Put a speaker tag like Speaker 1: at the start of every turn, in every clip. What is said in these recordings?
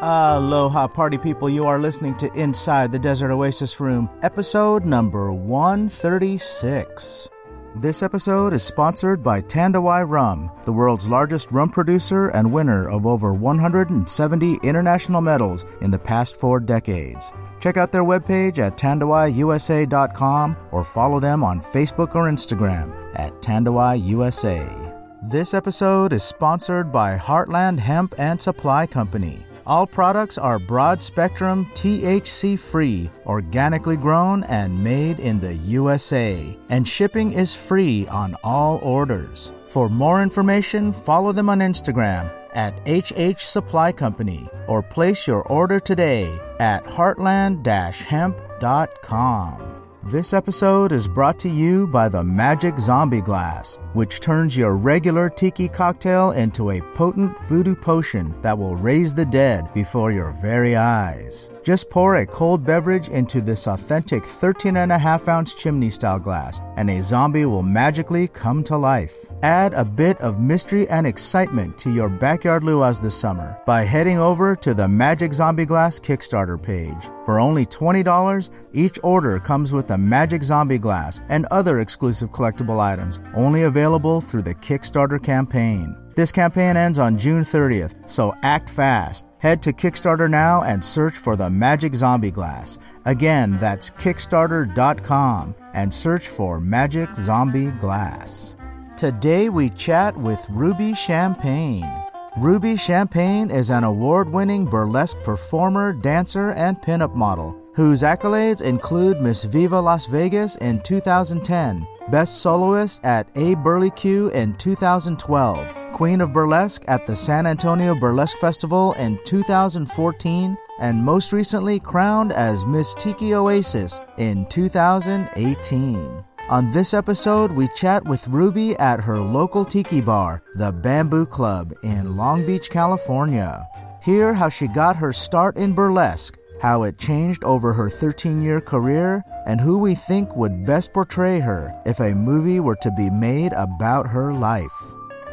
Speaker 1: Aloha, party people. You are listening to Inside the Desert Oasis Room, episode number 136. This episode is sponsored by Tandawai Rum, the world's largest rum producer and winner of over 170 international medals in the past four decades. Check out their webpage at tandawaiusa.com or follow them on Facebook or Instagram at tandawaiusa. This episode is sponsored by Heartland Hemp and Supply Company. All products are broad spectrum, THC free, organically grown, and made in the USA. And shipping is free on all orders. For more information, follow them on Instagram at HH Supply Company or place your order today at heartland hemp.com. This episode is brought to you by the Magic Zombie Glass, which turns your regular tiki cocktail into a potent voodoo potion that will raise the dead before your very eyes. Just pour a cold beverage into this authentic 13.5 ounce chimney style glass, and a zombie will magically come to life. Add a bit of mystery and excitement to your backyard luau's this summer by heading over to the Magic Zombie Glass Kickstarter page. For only $20, each order comes with a Magic Zombie Glass and other exclusive collectible items, only available through the Kickstarter campaign. This campaign ends on June 30th, so act fast. Head to Kickstarter now and search for the Magic Zombie Glass. Again, that's Kickstarter.com and search for Magic Zombie Glass. Today we chat with Ruby Champagne. Ruby Champagne is an award winning burlesque performer, dancer, and pinup model whose accolades include Miss Viva Las Vegas in 2010, Best Soloist at A Burley Q in 2012. Queen of Burlesque at the San Antonio Burlesque Festival in 2014, and most recently crowned as Miss Tiki Oasis in 2018. On this episode, we chat with Ruby at her local tiki bar, the Bamboo Club in Long Beach, California. Hear how she got her start in burlesque, how it changed over her 13 year career, and who we think would best portray her if a movie were to be made about her life.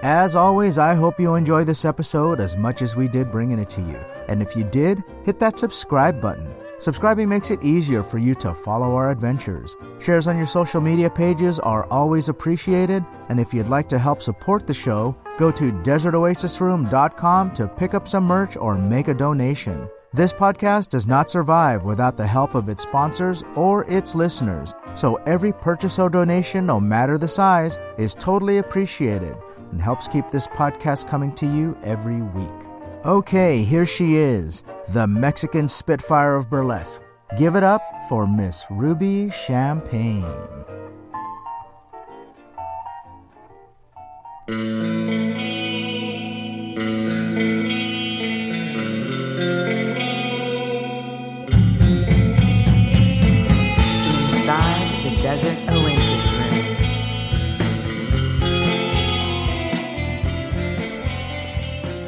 Speaker 1: As always, I hope you enjoy this episode as much as we did bringing it to you. And if you did, hit that subscribe button. Subscribing makes it easier for you to follow our adventures. Shares on your social media pages are always appreciated, and if you'd like to help support the show, go to desertoasisroom.com to pick up some merch or make a donation. This podcast does not survive without the help of its sponsors or its listeners, so every purchase or donation, no matter the size, is totally appreciated and helps keep this podcast coming to you every week. Okay, here she is, the Mexican Spitfire of Burlesque. Give it up for Miss Ruby Champagne.
Speaker 2: Inside the Desert Oasis Room.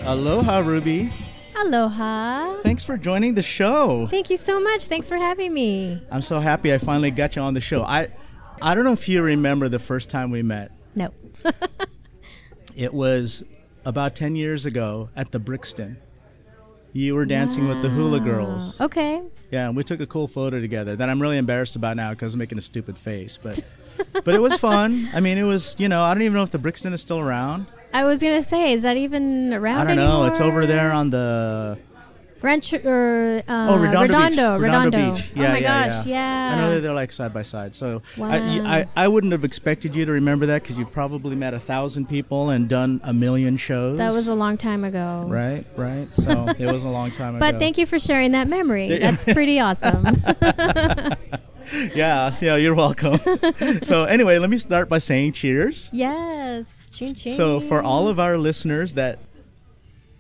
Speaker 1: Aloha, Ruby.
Speaker 3: Aloha.
Speaker 1: Thanks for joining the show.
Speaker 3: Thank you so much. Thanks for having me.
Speaker 1: I'm so happy I finally got you on the show. I, I don't know if you remember the first time we met.
Speaker 3: No.
Speaker 1: It was about 10 years ago at the Brixton. You were dancing with the Hula Girls.
Speaker 3: Okay.
Speaker 1: Yeah, and we took a cool photo together that I'm really embarrassed about now because I'm making a stupid face. But but it was fun. I mean, it was, you know, I don't even know if the Brixton is still around.
Speaker 3: I was gonna say, is that even around?
Speaker 1: I don't know.
Speaker 3: anymore?
Speaker 1: It's over there on the.
Speaker 3: Ranch or uh,
Speaker 1: Oh, Redondo,
Speaker 3: Redondo.
Speaker 1: Beach.
Speaker 3: Redondo.
Speaker 1: Beach.
Speaker 3: oh my gosh, yeah.
Speaker 1: I know that they're like side by side. So I-
Speaker 3: Wow.
Speaker 1: I, I, wouldn't have expected you to remember that because you've probably met a thousand people and done a million shows.
Speaker 3: that was a long time ago.
Speaker 1: Right, right. So it was a long time
Speaker 3: But
Speaker 1: ago.
Speaker 3: thank you for sharing that memory. That's pretty awesome.
Speaker 1: Yeah, so, yeah, you're welcome. so anyway, let me start by saying cheers.
Speaker 3: yes. Ching ching.
Speaker 1: So for all of our listeners that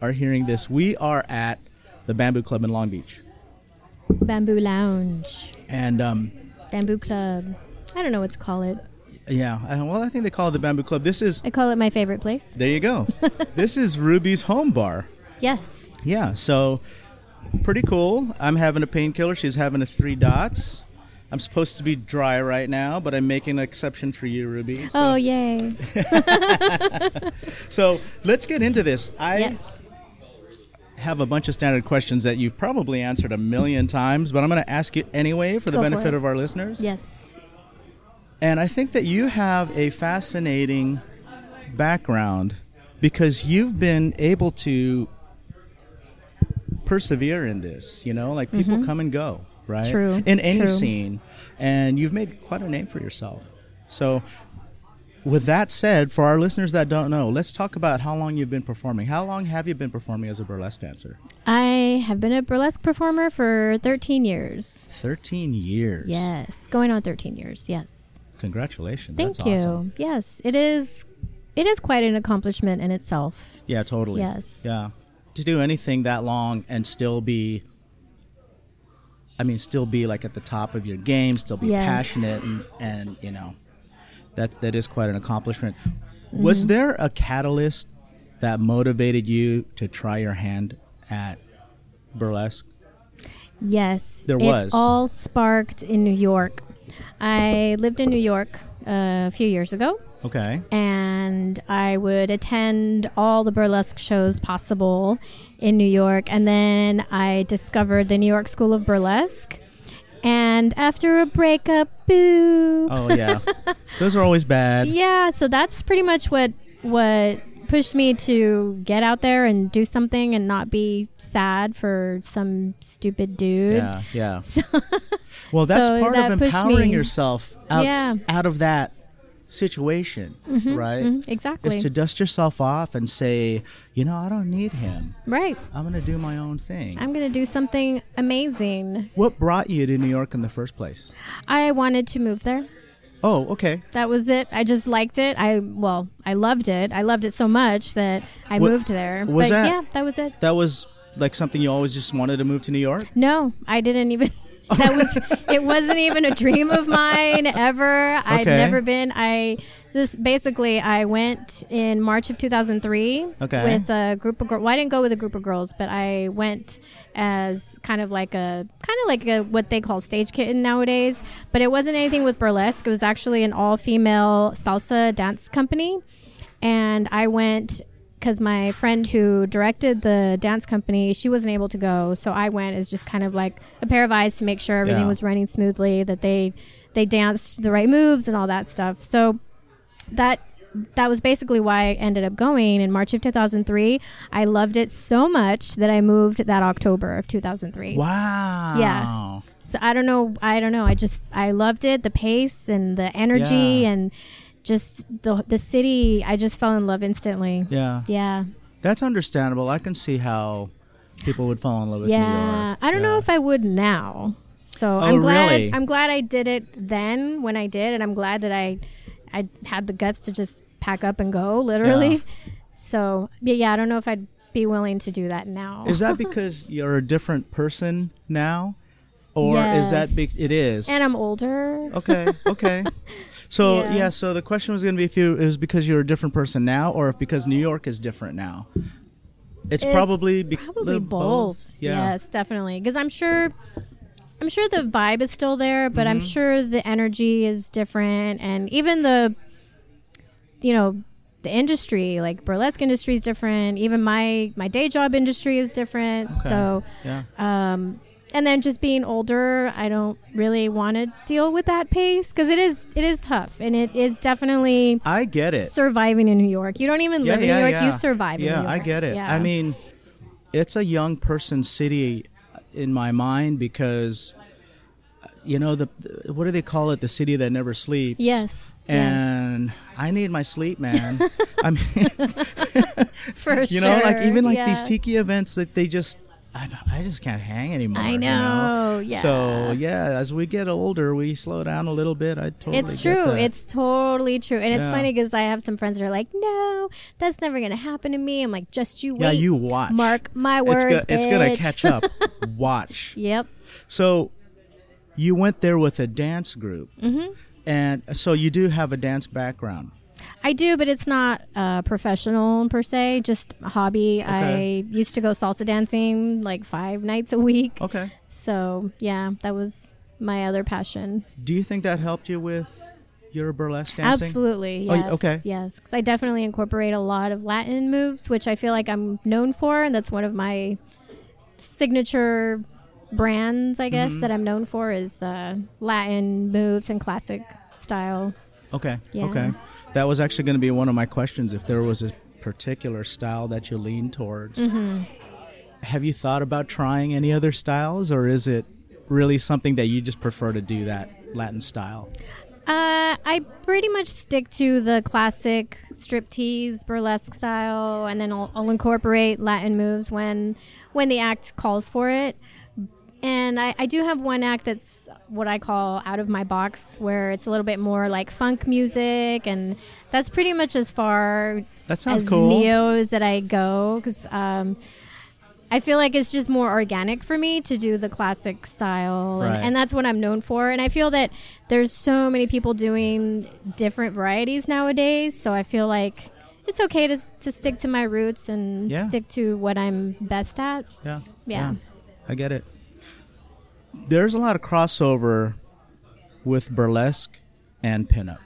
Speaker 1: are hearing this, we are at the Bamboo Club in Long Beach,
Speaker 3: Bamboo Lounge,
Speaker 1: and um,
Speaker 3: Bamboo Club. I don't know what to call it.
Speaker 1: yeah, I- well, I think they call it the Bamboo Club. This is
Speaker 3: I call it my favorite place.
Speaker 1: there you go. this is Ruby's home bar.
Speaker 3: Yes.
Speaker 1: Yeah, so pretty cool. I'm having a painkiller. She's having a three dots. I'm supposed to be dry right now, but I'm making an exception for you, Ruby. So,
Speaker 3: Oh yay.
Speaker 1: so let's get into this. I
Speaker 3: Yes.
Speaker 4: have a bunch of standard questions that you've probably answered a million times, but I'm going to ask you anyway for the
Speaker 3: Go for it.
Speaker 4: benefit of our listeners.
Speaker 3: Yes.
Speaker 4: And I think that you have a fascinating background because you've been able to persevere in this, you know, like people come and go, right?
Speaker 3: Mm-hmm. True,
Speaker 4: In any
Speaker 3: true.
Speaker 4: scene. And you've made quite a name for yourself. So, with that said, for our listeners that don't know, let's talk about how long you've been performing. How long have you been performing as a burlesque dancer?
Speaker 3: I have been a burlesque performer for 13 years.
Speaker 4: 13 years.
Speaker 3: Yes. Going on 13 years. Yes.
Speaker 4: Congratulations.
Speaker 3: Thank
Speaker 4: That's
Speaker 3: you.
Speaker 4: awesome.
Speaker 3: Yes. It is it is quite an accomplishment in itself.
Speaker 4: Yeah, totally.
Speaker 3: Yes.
Speaker 4: Yeah. To do anything that long and still be I mean still be like at the top of your game, still be
Speaker 3: Yes.
Speaker 4: passionate and, and you know that that is quite an accomplishment.
Speaker 3: Mm-hmm.
Speaker 4: Was there a catalyst that motivated you to try your hand at burlesque?
Speaker 3: Yes.
Speaker 4: There
Speaker 3: it
Speaker 4: was.
Speaker 3: all sparked in New York. I lived in New York uh, a few years ago.
Speaker 4: Okay.
Speaker 3: and I would attend all the burlesque shows possible in New York. And then I discovered the New York School of Burlesque. And after a breakup, boo.
Speaker 4: Oh yeah. Those are always bad.
Speaker 3: Yeah, so that's pretty much what what pushed me to get out there and do something and not be sad for some stupid dude.
Speaker 4: Yeah, yeah. well, that's
Speaker 3: so
Speaker 4: part
Speaker 3: that
Speaker 4: of
Speaker 3: pushed
Speaker 4: empowering
Speaker 3: me-
Speaker 4: yourself out,
Speaker 3: Yeah. Mm-hmm,
Speaker 4: out of that situation, right?
Speaker 3: Exactly.
Speaker 4: Is to dust yourself off and say, you know, I don't need him.
Speaker 3: right.
Speaker 4: I'm going to do my own thing.
Speaker 3: I'm going to do something amazing.
Speaker 4: what brought you to New York in the first place?
Speaker 3: I wanted to move there.
Speaker 4: Oh, okay.
Speaker 3: That was it. I just liked it. I well, I loved it. I loved it so much that I
Speaker 4: What-
Speaker 3: moved there.
Speaker 4: was
Speaker 3: but
Speaker 4: that-
Speaker 3: yeah, that was it.
Speaker 4: That was like something you always just wanted to move to New York?
Speaker 3: No, I didn't even that was it wasn't even a dream of mine ever. I'd
Speaker 4: Okay.
Speaker 3: never been I this basically I went in March of 2003
Speaker 4: Okay.
Speaker 3: with a group of girls. Well, I didn't go with a group of girls, but I went as kind of like a kind of like a what they call stage kitten nowadays, but it wasn't anything with burlesque. It was actually an all-female salsa dance company. and I went because my friend who directed the dance company she wasn't able to go, so I went as just kind of like a pair of eyes to make sure everything
Speaker 4: Yeah.
Speaker 3: was running smoothly, that they they danced the right moves and all that stuff. So that that was basically why I ended up going in March of 2003. I loved it so much that I moved that October of 2003.
Speaker 4: Wow.
Speaker 3: So I don't know. I don't know. I just I loved it. The pace and the energy
Speaker 4: Yeah.
Speaker 3: and just the the city. I just fell in love instantly.
Speaker 4: Yeah.
Speaker 3: Yeah.
Speaker 4: That's understandable. I can see how people would fall in love with New
Speaker 3: Yeah.
Speaker 4: York.
Speaker 3: I don't know
Speaker 4: Yeah.
Speaker 3: if I would now. So
Speaker 4: Oh,
Speaker 3: I'm glad
Speaker 4: really?
Speaker 3: I'm glad I did it then when I did and I'm glad that I I had the guts to just pack up and go literally.
Speaker 4: Yeah.
Speaker 3: So yeah, yeah, I don't know if I'd be willing to do that now.
Speaker 4: Is that because you're a different person now, or is that be-
Speaker 3: Yes.
Speaker 4: it is? Oh,
Speaker 3: and I'm older.
Speaker 4: okay, okay. So yeah.
Speaker 3: Yeah.
Speaker 4: so the question was going to be if you it was because you're a different person now, or if because New York is different now. It's,
Speaker 3: It's
Speaker 4: probably be-
Speaker 3: probably
Speaker 4: the
Speaker 3: both.
Speaker 4: Yeah.
Speaker 3: Yes, definitely. Because I'm sure, I'm sure the vibe is still there, but
Speaker 4: Mm-hmm.
Speaker 3: I'm sure the energy is different, and even the, you know, the industry like burlesque industry is different. Even my my day job industry is different.
Speaker 4: Okay.
Speaker 3: So,
Speaker 4: yeah.
Speaker 3: and then just being older, I don't really want to deal with that pace because it is it is tough, and it is definitely
Speaker 4: I get it.
Speaker 3: surviving in New York. You don't even
Speaker 4: yeah,
Speaker 3: live in
Speaker 4: yeah,
Speaker 3: New York;
Speaker 4: yeah.
Speaker 3: you survive.
Speaker 4: Yeah,
Speaker 3: in New York.
Speaker 4: I get it.
Speaker 3: Yeah.
Speaker 4: I mean, it's a young person city in my mind because you know the, the what do they call it? The city that never sleeps.
Speaker 3: Yes. yes.
Speaker 4: And I need my sleep, man. I mean,
Speaker 3: for
Speaker 4: you know, like
Speaker 3: sure,
Speaker 4: even like
Speaker 3: yeah.
Speaker 4: these tiki events that they just, I, I just can't hang anymore.
Speaker 3: I
Speaker 4: you
Speaker 3: know, yeah.
Speaker 4: So yeah, as we get older, we slow down a little bit. I totally.
Speaker 3: It's
Speaker 4: get
Speaker 3: true.
Speaker 4: that.
Speaker 3: It's totally true. And it's
Speaker 4: Yeah.
Speaker 3: funny because I have some friends that are like, "No, that's never gonna happen to me." I'm like, "Just you wait.
Speaker 4: yeah. You watch.
Speaker 3: Mark my
Speaker 4: It's
Speaker 3: words.
Speaker 4: go- it's gonna
Speaker 3: bitch."
Speaker 4: catch up. watch.
Speaker 3: Yep.
Speaker 4: So, you went there with a dance group, mm-hmm. and so you do have a dance background.
Speaker 3: I do, but it's not uh, professional per se. Just a hobby.
Speaker 4: Okay.
Speaker 3: I used to go salsa dancing like five nights a week.
Speaker 4: Okay.
Speaker 3: So yeah, that was my other passion.
Speaker 4: Do you think that helped you with your burlesque dancing?
Speaker 3: Absolutely.
Speaker 4: Oh, y-
Speaker 3: Yes.
Speaker 4: okay.
Speaker 3: Yes. 'Cause I definitely incorporate a lot of Latin moves, which I feel like I'm known for. And that's one of my signature brands, I
Speaker 4: Mm-hmm.
Speaker 3: guess, that I'm known for is uh, Latin moves and classic style.
Speaker 4: Okay.
Speaker 3: Yeah.
Speaker 4: Okay. That was actually going to be one of my questions. If there was a particular style that you lean towards,
Speaker 3: Mm-hmm.
Speaker 4: have you thought about trying any other styles, or is it really something that you just prefer to do that Latin style?
Speaker 3: Uh, I pretty much stick to the classic striptease burlesque style, and then I'll, I'll incorporate Latin moves when when the act calls for it. And I, I do have one act that's what I call out of my box, where it's a little bit more like funk music, and that's pretty much as far
Speaker 4: That sounds
Speaker 3: as
Speaker 4: cool.
Speaker 3: neos that I go because um, I feel like it's just more organic for me to do the classic style,
Speaker 4: Right.
Speaker 3: and, and that's what I'm known for. And I feel that there's so many people doing different varieties nowadays, so I feel like it's okay to, s- to stick to my roots and
Speaker 4: Yeah.
Speaker 3: stick to what I'm best at.
Speaker 4: Yeah.
Speaker 3: Yeah.
Speaker 4: I get it. There's a lot of crossover with burlesque and pinup.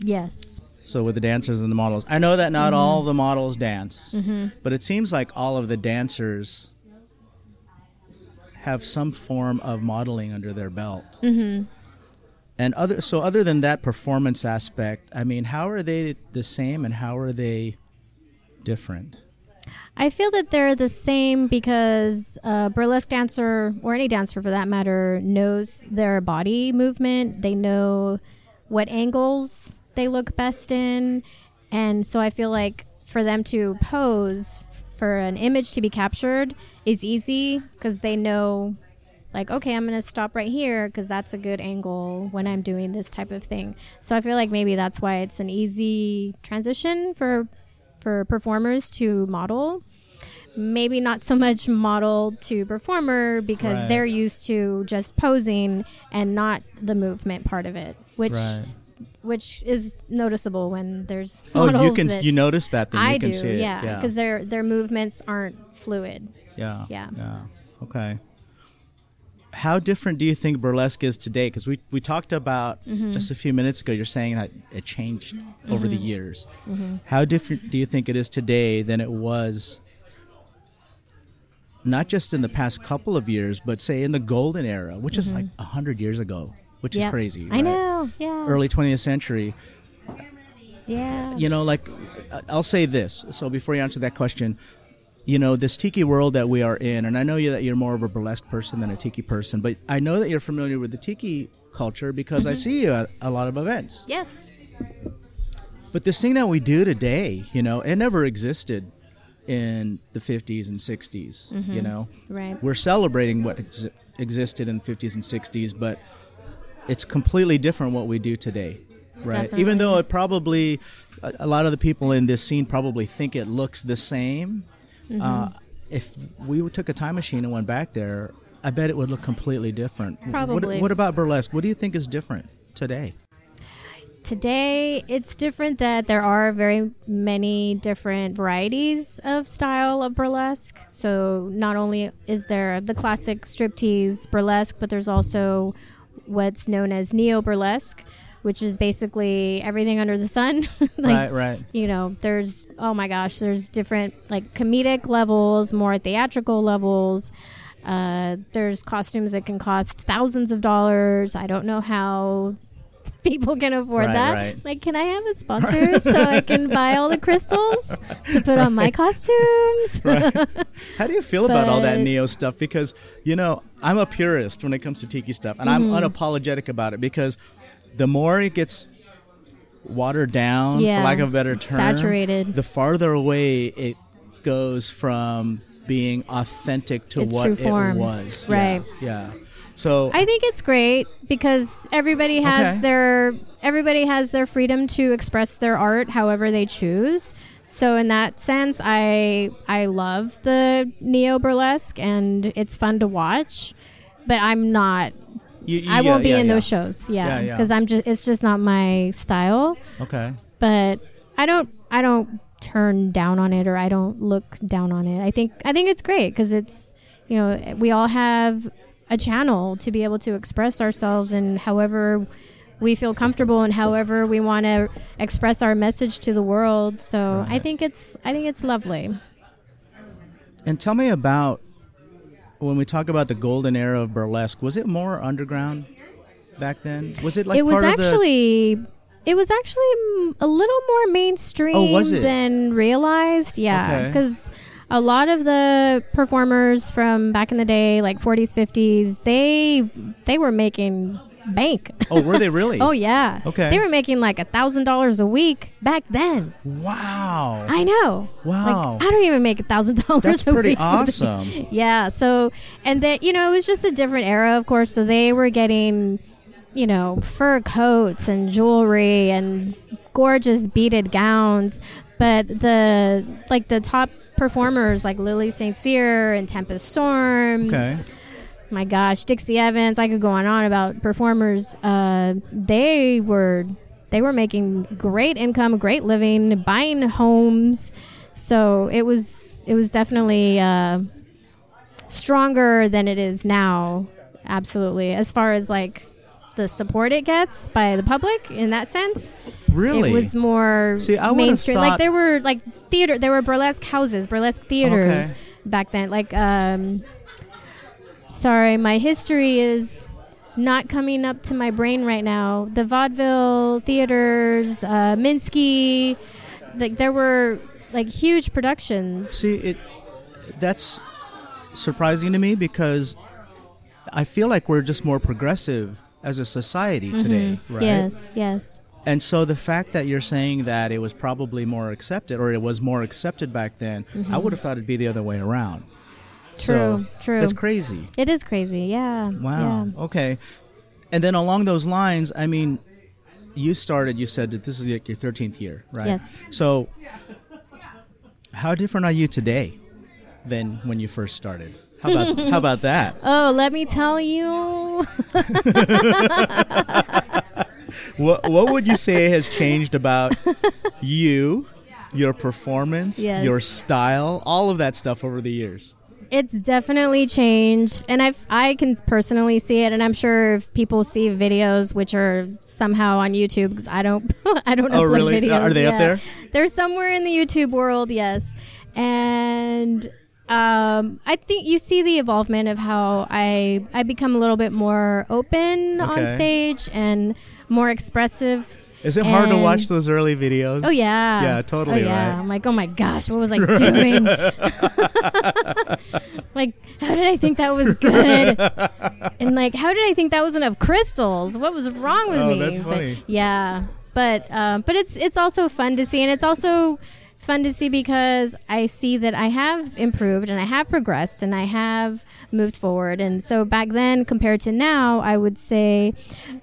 Speaker 3: Yes.
Speaker 4: So with the dancers and the models, I know that not all the models dance,
Speaker 3: Mm-hmm.
Speaker 4: but it seems like all of the dancers have some form of modeling under their belt. Mm-hmm. And other so other than that performance aspect, I mean, how are they the same and how are they different?
Speaker 3: I feel that they're the same because a burlesque dancer, or any dancer for that matter, knows their body movement. They know what angles they look best in. And so I feel like for them to pose for an image to be captured is easy because they know like okay i'm gonna stop right here because that's a good angle when i'm doing this type of thing so i feel like maybe that's why it's an easy transition for for performers to model maybe not so much model to performer because
Speaker 4: Right.
Speaker 3: they're used to just posing and not the movement part of it which which is noticeable when there's models
Speaker 4: Oh, you can
Speaker 3: that
Speaker 4: you notice that then
Speaker 3: i
Speaker 4: you can
Speaker 3: do
Speaker 4: see it.
Speaker 3: yeah because their their movements aren't fluid
Speaker 4: Yeah.
Speaker 3: Yeah.
Speaker 4: Yeah. Okay. How different do you think burlesque is today? Because we, we talked about
Speaker 3: Mm-hmm.
Speaker 4: just a few minutes ago, you're saying that it changed over the years.
Speaker 3: Mm-hmm.
Speaker 4: How different do you think it is today than it was not just in the past couple of years, but say in the golden era, which is like 100 years ago, which is
Speaker 3: Mm-hmm. Yep.
Speaker 4: crazy.
Speaker 3: i
Speaker 4: right?
Speaker 3: know yeah
Speaker 4: Early 20th century
Speaker 3: yeah
Speaker 4: you know like I- i'll say this so before you answer that question you know this tiki world that we are in and i know you that you're more of a burlesque person than a tiki person but i know that you're familiar with the tiki culture because i see you at a lot of events
Speaker 3: yes
Speaker 4: but this thing that we do today you know it never existed in the 50s and 60s you know
Speaker 3: Mm-hmm. Right.
Speaker 4: we're celebrating what ex- existed in the 50s and 60s but it's completely different what we do today right
Speaker 3: Definitely.
Speaker 4: even though it probably a, a lot of the people in this scene probably think it looks the same uh,
Speaker 3: Mm-hmm.
Speaker 4: if we took a time machine and went back there i bet it would look completely different What-
Speaker 3: Probably.
Speaker 4: what, about burlesque what do you think is different today
Speaker 3: today it's different that there are very many different varieties of style of burlesque so not only is there the classic striptease burlesque but there's also what's known as neo burlesque which is basically everything under the sun
Speaker 4: right
Speaker 3: Like,
Speaker 4: right
Speaker 3: you know there's oh my gosh there's different like comedic levels more theatrical levels uh, there's costumes that can cost thousands of dollars i don't know how people can afford
Speaker 4: Right,
Speaker 3: that
Speaker 4: right.
Speaker 3: like can i have a sponsor so i can buy all the crystals to put on my costumes
Speaker 4: How do you feel about all that
Speaker 3: But-
Speaker 4: neo stuff? Because you know, I'm a purist when it comes to tiki stuff, and I'm
Speaker 3: Mm-hmm.
Speaker 4: unapologetic about it because the more it gets watered down,
Speaker 3: Yeah.
Speaker 4: for lack of a better term,
Speaker 3: Saturated.
Speaker 4: the farther away it goes from being authentic to
Speaker 3: Its
Speaker 4: what
Speaker 3: true
Speaker 4: it
Speaker 3: form.
Speaker 4: was.
Speaker 3: Right.
Speaker 4: Yeah. yeah. So
Speaker 3: I think it's great because everybody has
Speaker 4: Okay.
Speaker 3: their everybody has their freedom to express their art however they choose. So in that sense, I I love the neo burlesque and it's fun to watch, but I'm not.
Speaker 4: you- you-
Speaker 3: I
Speaker 4: yeah,
Speaker 3: won't be
Speaker 4: yeah,
Speaker 3: in
Speaker 4: yeah.
Speaker 3: those shows. Yeah,
Speaker 4: Yeah, yeah.
Speaker 3: because I'm just it's just not my style.
Speaker 4: Okay.
Speaker 3: But I don't I don't turn down on it or I don't look down on it. I think I think it's great because it's you know we all have a channel to be able to express ourselves in however we feel comfortable in however we want to express our message to the world. So I think it's I think it's lovely.
Speaker 4: And tell me about when we talk about the golden era of burlesque. Was it more underground back then? Was it like
Speaker 3: it was
Speaker 4: part of the,
Speaker 3: actually it was actually mm, a little more mainstream
Speaker 4: Oh, was it?
Speaker 3: than realized. Yeah,
Speaker 4: Okay.
Speaker 3: because a lot of the performers from back in the day, like 40s, 50s, they they were making bank.
Speaker 4: Oh, were they really?
Speaker 3: oh yeah.
Speaker 4: Okay.
Speaker 3: They were making like a thousand dollars a week back then.
Speaker 4: Wow.
Speaker 3: I know.
Speaker 4: Wow.
Speaker 3: Like, I don't even make a thousand dollars.
Speaker 4: That's
Speaker 3: a
Speaker 4: pretty
Speaker 3: week.
Speaker 4: awesome.
Speaker 3: yeah. So, and that you know, it was just a different era, of course. So they were getting, you know, fur coats and jewelry and gorgeous beaded gowns, but the like the top performers like Lily St. Cyr and Tempest Storm
Speaker 4: okay.
Speaker 3: my gosh, Dixie Evans. I could go on and on about performers. Uh, they were they were making great income, great living, buying homes. So it was it was definitely uh, stronger than it is now. Absolutely, as far as like the support it gets by the public in that sense
Speaker 4: Really?
Speaker 3: it was more
Speaker 4: See, I would've
Speaker 3: mainstream
Speaker 4: thought-
Speaker 3: like there were like theater there were burlesque houses burlesque theaters
Speaker 4: Okay.
Speaker 3: back then like um sorry my history is not coming up to my brain right now the vaudeville theaters uh minsky like there were like huge productions
Speaker 4: See, it that's surprising to me because I feel like we're just more progressive as a society today, right?
Speaker 3: Mm-hmm. yes yes
Speaker 4: And so the fact that you're saying that it was probably more accepted or it was more accepted back then, I would have thought it'd be the other way around.
Speaker 3: Mm-hmm. True, true.
Speaker 4: That's crazy.
Speaker 3: it is crazy yeah
Speaker 4: Wow.
Speaker 3: yeah.
Speaker 4: Okay. And then along those lines, I mean, you started, you said that this is like your 13th year, right?
Speaker 3: Yes.
Speaker 4: So, how different are you today than when you first started? How about, how about that?
Speaker 3: oh let me tell you
Speaker 4: What, what would you say has changed about you, your performance,
Speaker 3: Yes.
Speaker 4: your style, all of that stuff over the years?
Speaker 3: It's definitely changed, and I've I can personally see it, and I'm sure if people see videos which are somehow on YouTube because I don't I don't
Speaker 4: Oh,
Speaker 3: upload
Speaker 4: really?
Speaker 3: videos.
Speaker 4: Are they up
Speaker 3: yeah.
Speaker 4: there?
Speaker 3: They're somewhere in the YouTube world, yes, and um, I think you see the evolvement of how I I become a little bit more open on
Speaker 4: Okay.
Speaker 3: stage and more expressive.
Speaker 4: Is it hard to
Speaker 3: And-
Speaker 4: watch those early videos?
Speaker 3: Oh yeah.
Speaker 4: Yeah, totally
Speaker 3: Oh, yeah.
Speaker 4: right.
Speaker 3: I'm like, oh my gosh, what was I doing? like, how did I think that was good? and like, how did I think that was enough crystals? What was wrong with
Speaker 4: Oh,
Speaker 3: me?
Speaker 4: that's
Speaker 3: But-
Speaker 4: funny.
Speaker 3: yeah, but um, but it's it's also fun to see, and it's also fun to see because I see that I have improved and I have progressed and I have moved forward. And so back then compared to now, I would say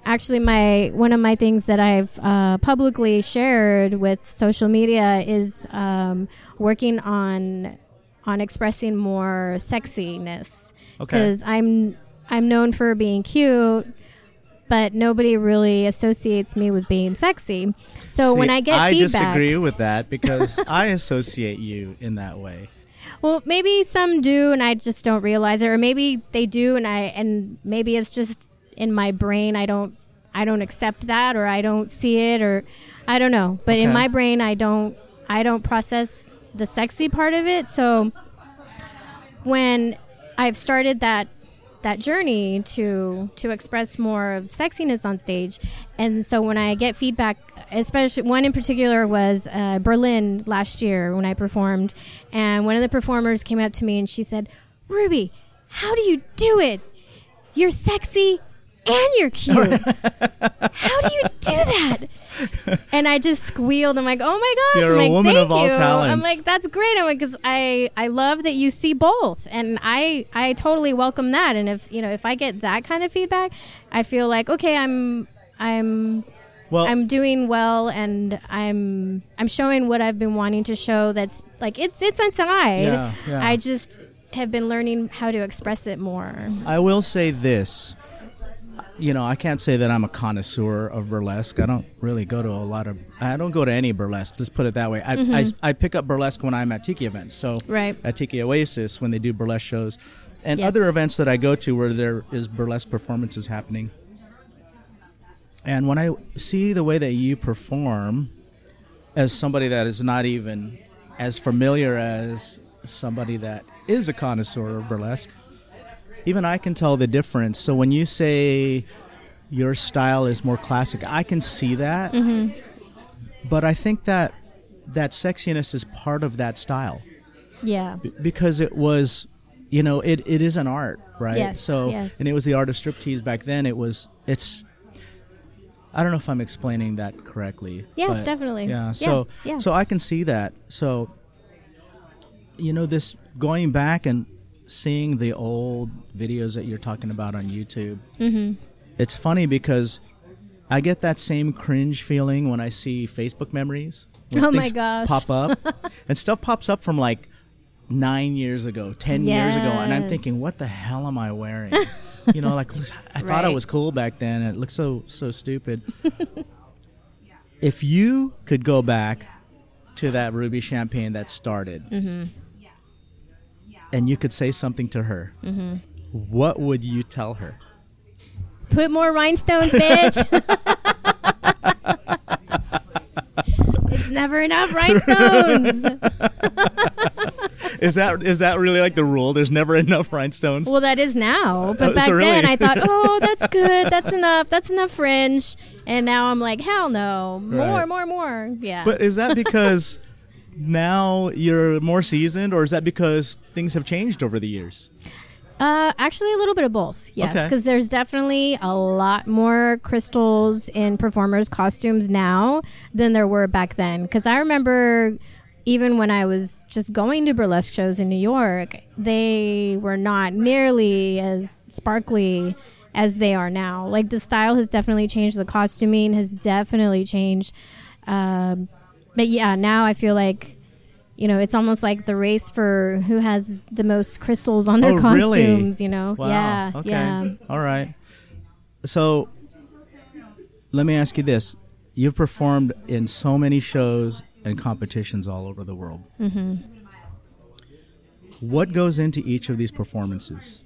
Speaker 3: actually my one of my things that I've uh, publicly shared with social media is um, working on on expressing more sexiness
Speaker 4: Okay.
Speaker 3: because I'm I'm known for being cute. But nobody really associates me with being sexy. So when
Speaker 4: See,
Speaker 3: I get
Speaker 4: I
Speaker 3: feedback,
Speaker 4: disagree with that because I associate you in that way.
Speaker 3: Well, maybe some do, and I just don't realize it, or maybe they do, and I and maybe it's just in my brain. I don't, I don't accept that, or I don't see it, or I don't know. But in
Speaker 4: Okay.
Speaker 3: my brain, I don't, I don't process the sexy part of it. So when I've started that that journey to to express more of sexiness on stage, and so when I get feedback, especially one in particular was uh, Berlin last year when I performed, and one of the performers came up to me and she said, "Ruby, how do you do it? You're sexy." And you're cute. How do you do that? And I just squealed. I'm like, oh my gosh!
Speaker 4: You're
Speaker 3: I'm
Speaker 4: a
Speaker 3: like,
Speaker 4: woman
Speaker 3: Thank
Speaker 4: of all
Speaker 3: you. I'm
Speaker 4: talents.
Speaker 3: like, that's great I'm because I I love that you see both and I I totally welcome that and if you know if I get that kind of feedback I feel like okay I'm I'm
Speaker 4: Well,
Speaker 3: I'm doing well and I'm I'm showing what I've been wanting to show that's like it's it's inside
Speaker 4: Yeah, yeah.
Speaker 3: I just have been learning how to express it more
Speaker 4: I will say this. You know, I can't say that I'm a connoisseur of burlesque. I don't really go to a lot of. I don't go to any burlesque. Let's put it that way. I, I, I pick up burlesque when I'm at Tiki events. So
Speaker 3: Mm-hmm. Right.
Speaker 4: at Tiki Oasis when they do burlesque shows, and
Speaker 3: Yes.
Speaker 4: other events that I go to where there is burlesque performances happening. And when I see the way that you perform, as somebody that is not even as familiar as somebody that is a connoisseur of burlesque, even I can tell the difference. So when you say your style is more classic, I can see that. But I think that that sexiness is part of that style
Speaker 3: Yeah.
Speaker 4: b- because it was you know it, it is an art right
Speaker 3: Yes,
Speaker 4: so
Speaker 3: yes.
Speaker 4: and it was the art of striptease back then it was it's i don't know if i'm explaining that correctly
Speaker 3: Yes,
Speaker 4: but-
Speaker 3: definitely.
Speaker 4: yeah
Speaker 3: Yeah,
Speaker 4: so
Speaker 3: yeah.
Speaker 4: so i can see that so you know this going back and seeing the old videos that you're talking about on youtube mm-hmm. it's funny because i get that same cringe feeling when i see facebook memories when
Speaker 3: Oh my
Speaker 4: things
Speaker 3: gosh.
Speaker 4: pop up and stuff pops up from like nine years ago, ten years ago, and I'm
Speaker 3: Yes.
Speaker 4: thinking, what the hell am I wearing? you know, like I thought I
Speaker 3: Right.
Speaker 4: was cool back then, and it looked so so stupid. if you could go back to that ruby champagne that started,
Speaker 3: Mm-hmm.
Speaker 4: and you could say something to her,
Speaker 3: Mm-hmm.
Speaker 4: what would you tell her?
Speaker 3: Put more rhinestones, bitch. it's never enough rhinestones.
Speaker 4: Is that is that really like the rule? There's never enough rhinestones.
Speaker 3: Well, that is now, but
Speaker 4: Oh,
Speaker 3: back
Speaker 4: so really?
Speaker 3: then I thought, oh, that's good, that's enough, that's enough fringe, and now I'm like, hell no, more,
Speaker 4: Right.
Speaker 3: more, more, yeah.
Speaker 4: But is that because now you're more seasoned, or is that because things have changed over the years?
Speaker 3: Uh, actually, a little bit of both. Yes,
Speaker 4: Okay.
Speaker 3: because there's definitely a lot more crystals in performers' costumes now than there were back then. Because I remember even when I was just going to burlesque shows in New York, they were not nearly as sparkly as they are now. Like the style has definitely changed, the costuming has definitely changed. Um, but yeah, now I feel like. You know, it's almost like the race for who has the most crystals on their
Speaker 4: Oh,
Speaker 3: costumes.
Speaker 4: really?
Speaker 3: You know,
Speaker 4: Wow.
Speaker 3: yeah,
Speaker 4: okay.
Speaker 3: yeah.
Speaker 4: All right. So let me ask you this. You've performed in so many shows and competitions all over the world. Mm-hmm. What goes into each of these performances?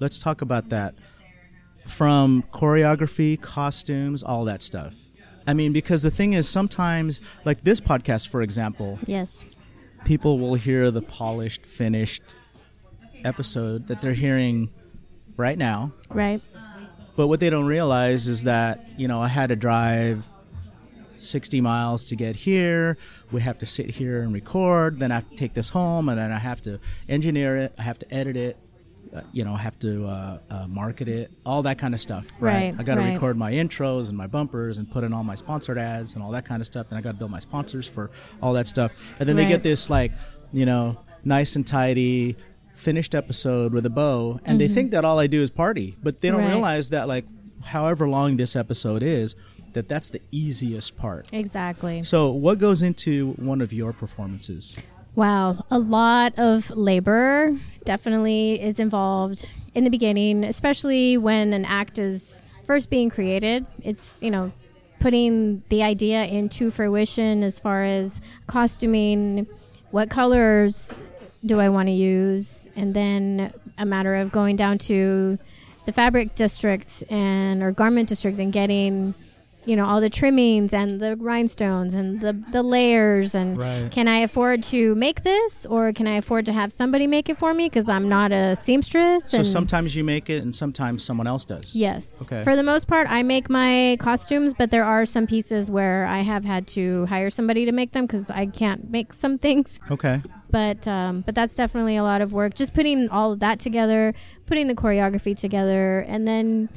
Speaker 4: Let's talk about that. From choreography, costumes, all that stuff. I mean, because the thing is, sometimes, like this podcast, for example,
Speaker 3: Yes.
Speaker 4: people will hear the polished, finished episode that they're hearing right now.
Speaker 3: Right.
Speaker 4: But what they don't realize is that, you know, I had to drive 60 miles to get here. We have to sit here and record. Then I have to take this home and then I have to engineer it. I have to edit it. Uh, you know, I have to uh, uh, market it, all that kind of stuff.
Speaker 3: Right,
Speaker 4: I got to
Speaker 3: right.
Speaker 4: record my intros and my bumpers and put in all my sponsored ads and all that kind of stuff. Then I got to build my sponsors for all that stuff. And then they
Speaker 3: Right.
Speaker 4: get this, like, you know, nice and tidy finished episode with a bow. And
Speaker 3: Mm-hmm.
Speaker 4: they think that all I do is party, but they don't
Speaker 3: Right.
Speaker 4: realize that, like, however long this episode is, that that's the easiest part.
Speaker 3: Exactly.
Speaker 4: So, what goes into one of your performances?
Speaker 3: Wow, a lot of labor definitely is involved in the beginning, especially when an act is first being created. It's, you know, putting the idea into fruition as far as costuming, what colors do I want to use, and then a matter of going down to the fabric district and or garment district and getting you know all the trimmings and the rhinestones and the, the layers and
Speaker 4: Right.
Speaker 3: can I afford to make this or can I afford to have somebody make it for me because I'm not a seamstress
Speaker 4: So,
Speaker 3: and
Speaker 4: sometimes you make it, and sometimes someone else does.
Speaker 3: yes
Speaker 4: Okay.
Speaker 3: for the most part I make my costumes but there are some pieces where I have had to hire somebody to make them because I can't make some things
Speaker 4: Okay.
Speaker 3: but um, but that's definitely a lot of work. Just putting all of that together, putting the choreography together, and then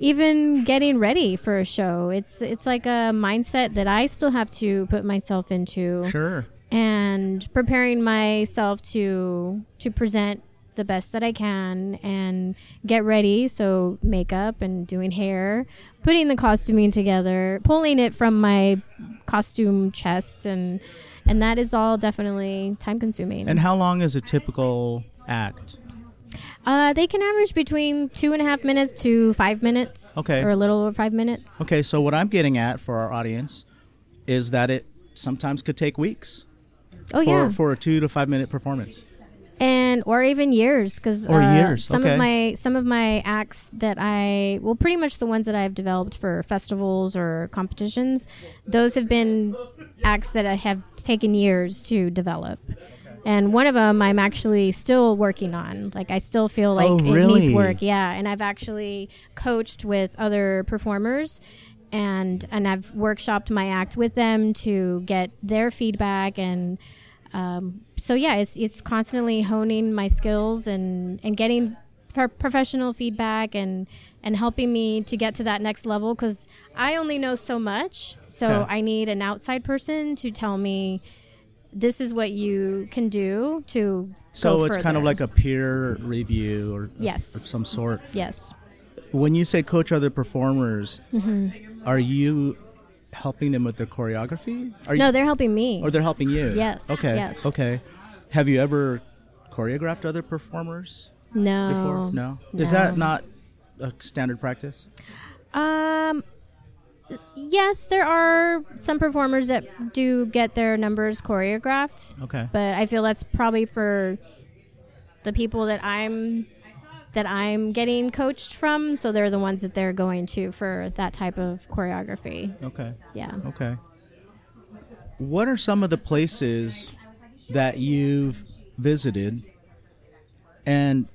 Speaker 3: even getting ready for a show. It's it's like a mindset that I still have to put myself into,
Speaker 4: Sure.
Speaker 3: and preparing myself to to present the best that I can and get ready. So makeup and doing hair, putting the costuming together, pulling it from my costume chest and. And that is all definitely time consuming.
Speaker 4: And how long is a typical act?
Speaker 3: Uh, they can average between two and a half minutes to five minutes.
Speaker 4: Okay.
Speaker 3: Or a little over five minutes.
Speaker 4: Okay, so what I'm getting at for our audience is that it sometimes could take weeks
Speaker 3: Oh,
Speaker 4: for,
Speaker 3: yeah.
Speaker 4: for a two to five minute performance.
Speaker 3: and or even years because
Speaker 4: Or years,
Speaker 3: some
Speaker 4: okay.
Speaker 3: of my some of my acts that i well pretty much the ones that i've developed for festivals or competitions those have been acts that i have taken years to develop and one of them i'm actually still working on like i still feel like
Speaker 4: Oh,
Speaker 3: it needs
Speaker 4: really?
Speaker 3: work yeah and i've actually coached with other performers and and i've workshopped my act with them to get their feedback and so yeah, it's it's constantly honing my skills and and getting pro- professional feedback and and helping me to get to that next level because I only know so much. So
Speaker 4: Okay.
Speaker 3: I need an outside person to tell me this is what you can do to.
Speaker 4: So
Speaker 3: go
Speaker 4: it's kind of
Speaker 3: further."
Speaker 4: like a peer review or
Speaker 3: Yes.
Speaker 4: of some sort.
Speaker 3: yes.
Speaker 4: When you say coach other performers,
Speaker 3: Mm-hmm.
Speaker 4: are you helping them with their choreography? Are
Speaker 3: No,
Speaker 4: you,
Speaker 3: they're helping me.
Speaker 4: or they're helping you?
Speaker 3: Yes,
Speaker 4: Okay.
Speaker 3: yes.
Speaker 4: Okay. Have you ever choreographed other performers
Speaker 3: no.
Speaker 4: before? No. Is
Speaker 3: Um, no.
Speaker 4: that not a standard practice?
Speaker 3: Um, yes, there are some performers that do get their numbers choreographed.
Speaker 4: Okay.
Speaker 3: but I feel that's probably for the people that I'm that I'm getting coached from. So they're the ones that they're going to for that type of choreography.
Speaker 4: Okay.
Speaker 3: Yeah.
Speaker 4: Okay. What are some of the places that you've visited? And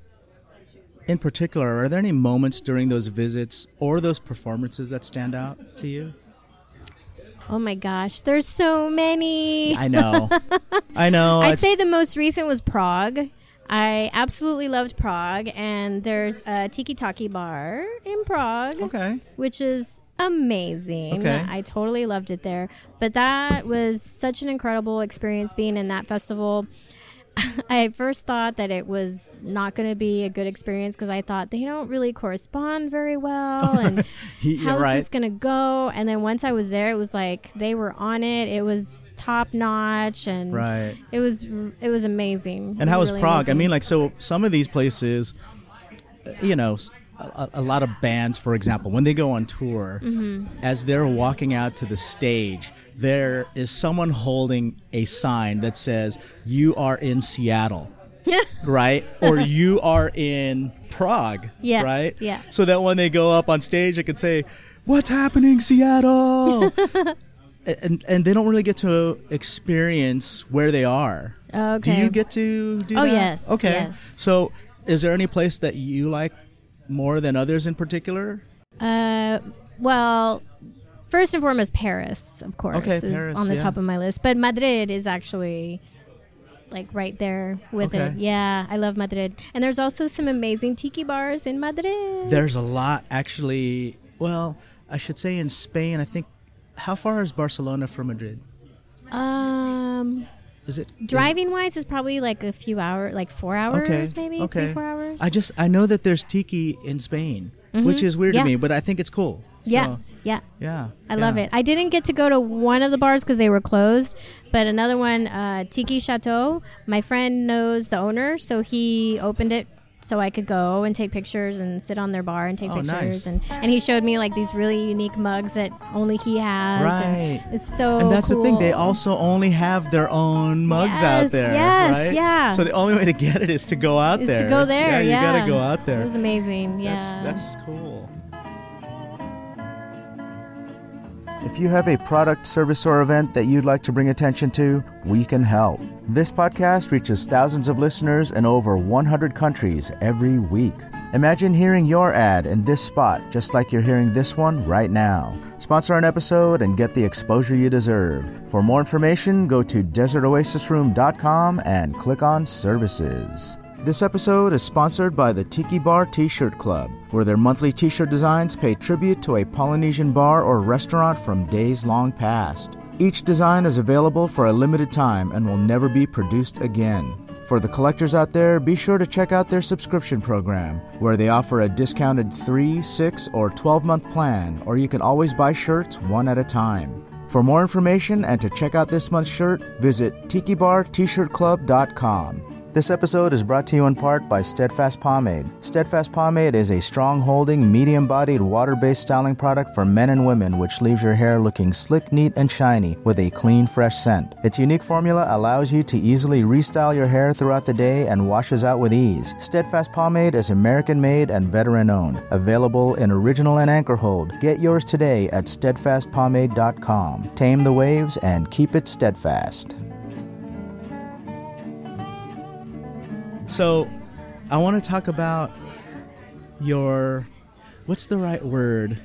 Speaker 4: in particular, are there any moments during those visits or those performances that stand out to you?
Speaker 3: Oh my gosh, there's so many.
Speaker 4: I know. I know.
Speaker 3: I'd
Speaker 4: it's-
Speaker 3: say the most recent was Prague. I absolutely loved Prague, and there's a tiki taki bar in Prague.
Speaker 4: Okay.
Speaker 3: which is amazing.
Speaker 4: Okay.
Speaker 3: I totally loved it there. But that was such an incredible experience being in that festival. I at first thought that it was not going to be a good experience because I thought they don't really correspond very well, and
Speaker 4: You're
Speaker 3: how's
Speaker 4: right.
Speaker 3: this going to go? And then once I was there, it was like they were on it. It was top notch, and
Speaker 4: Right.
Speaker 3: it was it was amazing.
Speaker 4: And how is
Speaker 3: Really
Speaker 4: Prague? I
Speaker 3: amazing.
Speaker 4: mean, like, so some of these places, uh, you know, s- a, a lot of bands, for example, when they go on tour,
Speaker 3: Mm-hmm.
Speaker 4: as they're walking out to the stage, there is someone holding a sign that says, You are in Seattle. right? Or you are in Prague,
Speaker 3: Yeah,
Speaker 4: right?
Speaker 3: yeah.
Speaker 4: So that when they go up on stage, they can say, "What's happening, Seattle?" and and they don't really get to experience where they are.
Speaker 3: Okay.
Speaker 4: Do you get to do
Speaker 3: Oh,
Speaker 4: that?
Speaker 3: yes,
Speaker 4: Okay.
Speaker 3: yes.
Speaker 4: So, is there any place that you like more than others in particular?
Speaker 3: Uh, well, first and foremost, Paris, of course,
Speaker 4: Okay,
Speaker 3: is
Speaker 4: Paris,
Speaker 3: on the
Speaker 4: yeah.
Speaker 3: top of my list. But Madrid is actually like right there with
Speaker 4: Okay.
Speaker 3: it. Yeah, I love Madrid, and there's also some amazing tiki bars in Madrid.
Speaker 4: There's a lot, actually. Well, I should say in Spain. I think. How far is Barcelona from Madrid?
Speaker 3: Um,
Speaker 4: Is it is-
Speaker 3: driving wise is probably like a few hours, like four hours,
Speaker 4: okay.
Speaker 3: maybe
Speaker 4: okay.
Speaker 3: three four hours.
Speaker 4: I just I know that there's tiki in Spain, which is weird
Speaker 3: Mm-hmm. Yeah.
Speaker 4: to me, but I think it's cool.
Speaker 3: yeah,
Speaker 4: So,
Speaker 3: yeah.
Speaker 4: yeah.
Speaker 3: I love
Speaker 4: yeah.
Speaker 3: it. I didn't get to go to one of the bars because they were closed, but another one, uh, Tiki Chateau. My friend knows the owner, so he opened it so I could go and take pictures and sit on their bar and take
Speaker 4: Oh,
Speaker 3: pictures.
Speaker 4: nice.
Speaker 3: And, and he showed me like these really unique mugs that only he has. and
Speaker 4: Right.
Speaker 3: it's so.
Speaker 4: And that's the thing; they
Speaker 3: Oh, cool.
Speaker 4: also only have their own mugs out
Speaker 3: Yes,
Speaker 4: there,
Speaker 3: yes,
Speaker 4: right?
Speaker 3: yeah.
Speaker 4: So the only way to get it is to go out
Speaker 3: Is
Speaker 4: there.
Speaker 3: to go there.
Speaker 4: Yeah,
Speaker 3: Yeah,
Speaker 4: you gotta go out there.
Speaker 3: It was amazing. Yeah.
Speaker 4: That's that's cool.
Speaker 1: If you have a product, service, or event that you'd like to bring attention to, we can help. This podcast reaches thousands of listeners in over 100 countries every week. Imagine hearing your ad in this spot, just like you're hearing this one right now. Sponsor an episode and get the exposure you deserve. For more information, go to desertoasisroom.com and click on Services. This episode is sponsored by the Tiki Bar T shirt club, where their monthly t shirt designs pay tribute to a Polynesian bar or restaurant from days long past. Each design is available for a limited time and will never be produced again. For the collectors out there, be sure to check out their subscription program, where they offer a discounted 3, 6, or 12 month plan, or you can always buy shirts one at a time. For more information and to check out this month's shirt, visit tikibartshirtclub.com. This episode is brought to you in part by Steadfast Pomade. Steadfast Pomade is a strong holding, medium bodied, water based styling product for men and women, which leaves your hair looking slick, neat, and shiny with a clean, fresh scent. Its unique formula allows you to easily restyle your hair throughout the day and washes out with ease. Steadfast Pomade is American made and veteran owned. Available in original and anchor hold. Get yours today at steadfastpomade.com. Tame the waves and keep it steadfast.
Speaker 4: So, I want to talk about your what's the right word?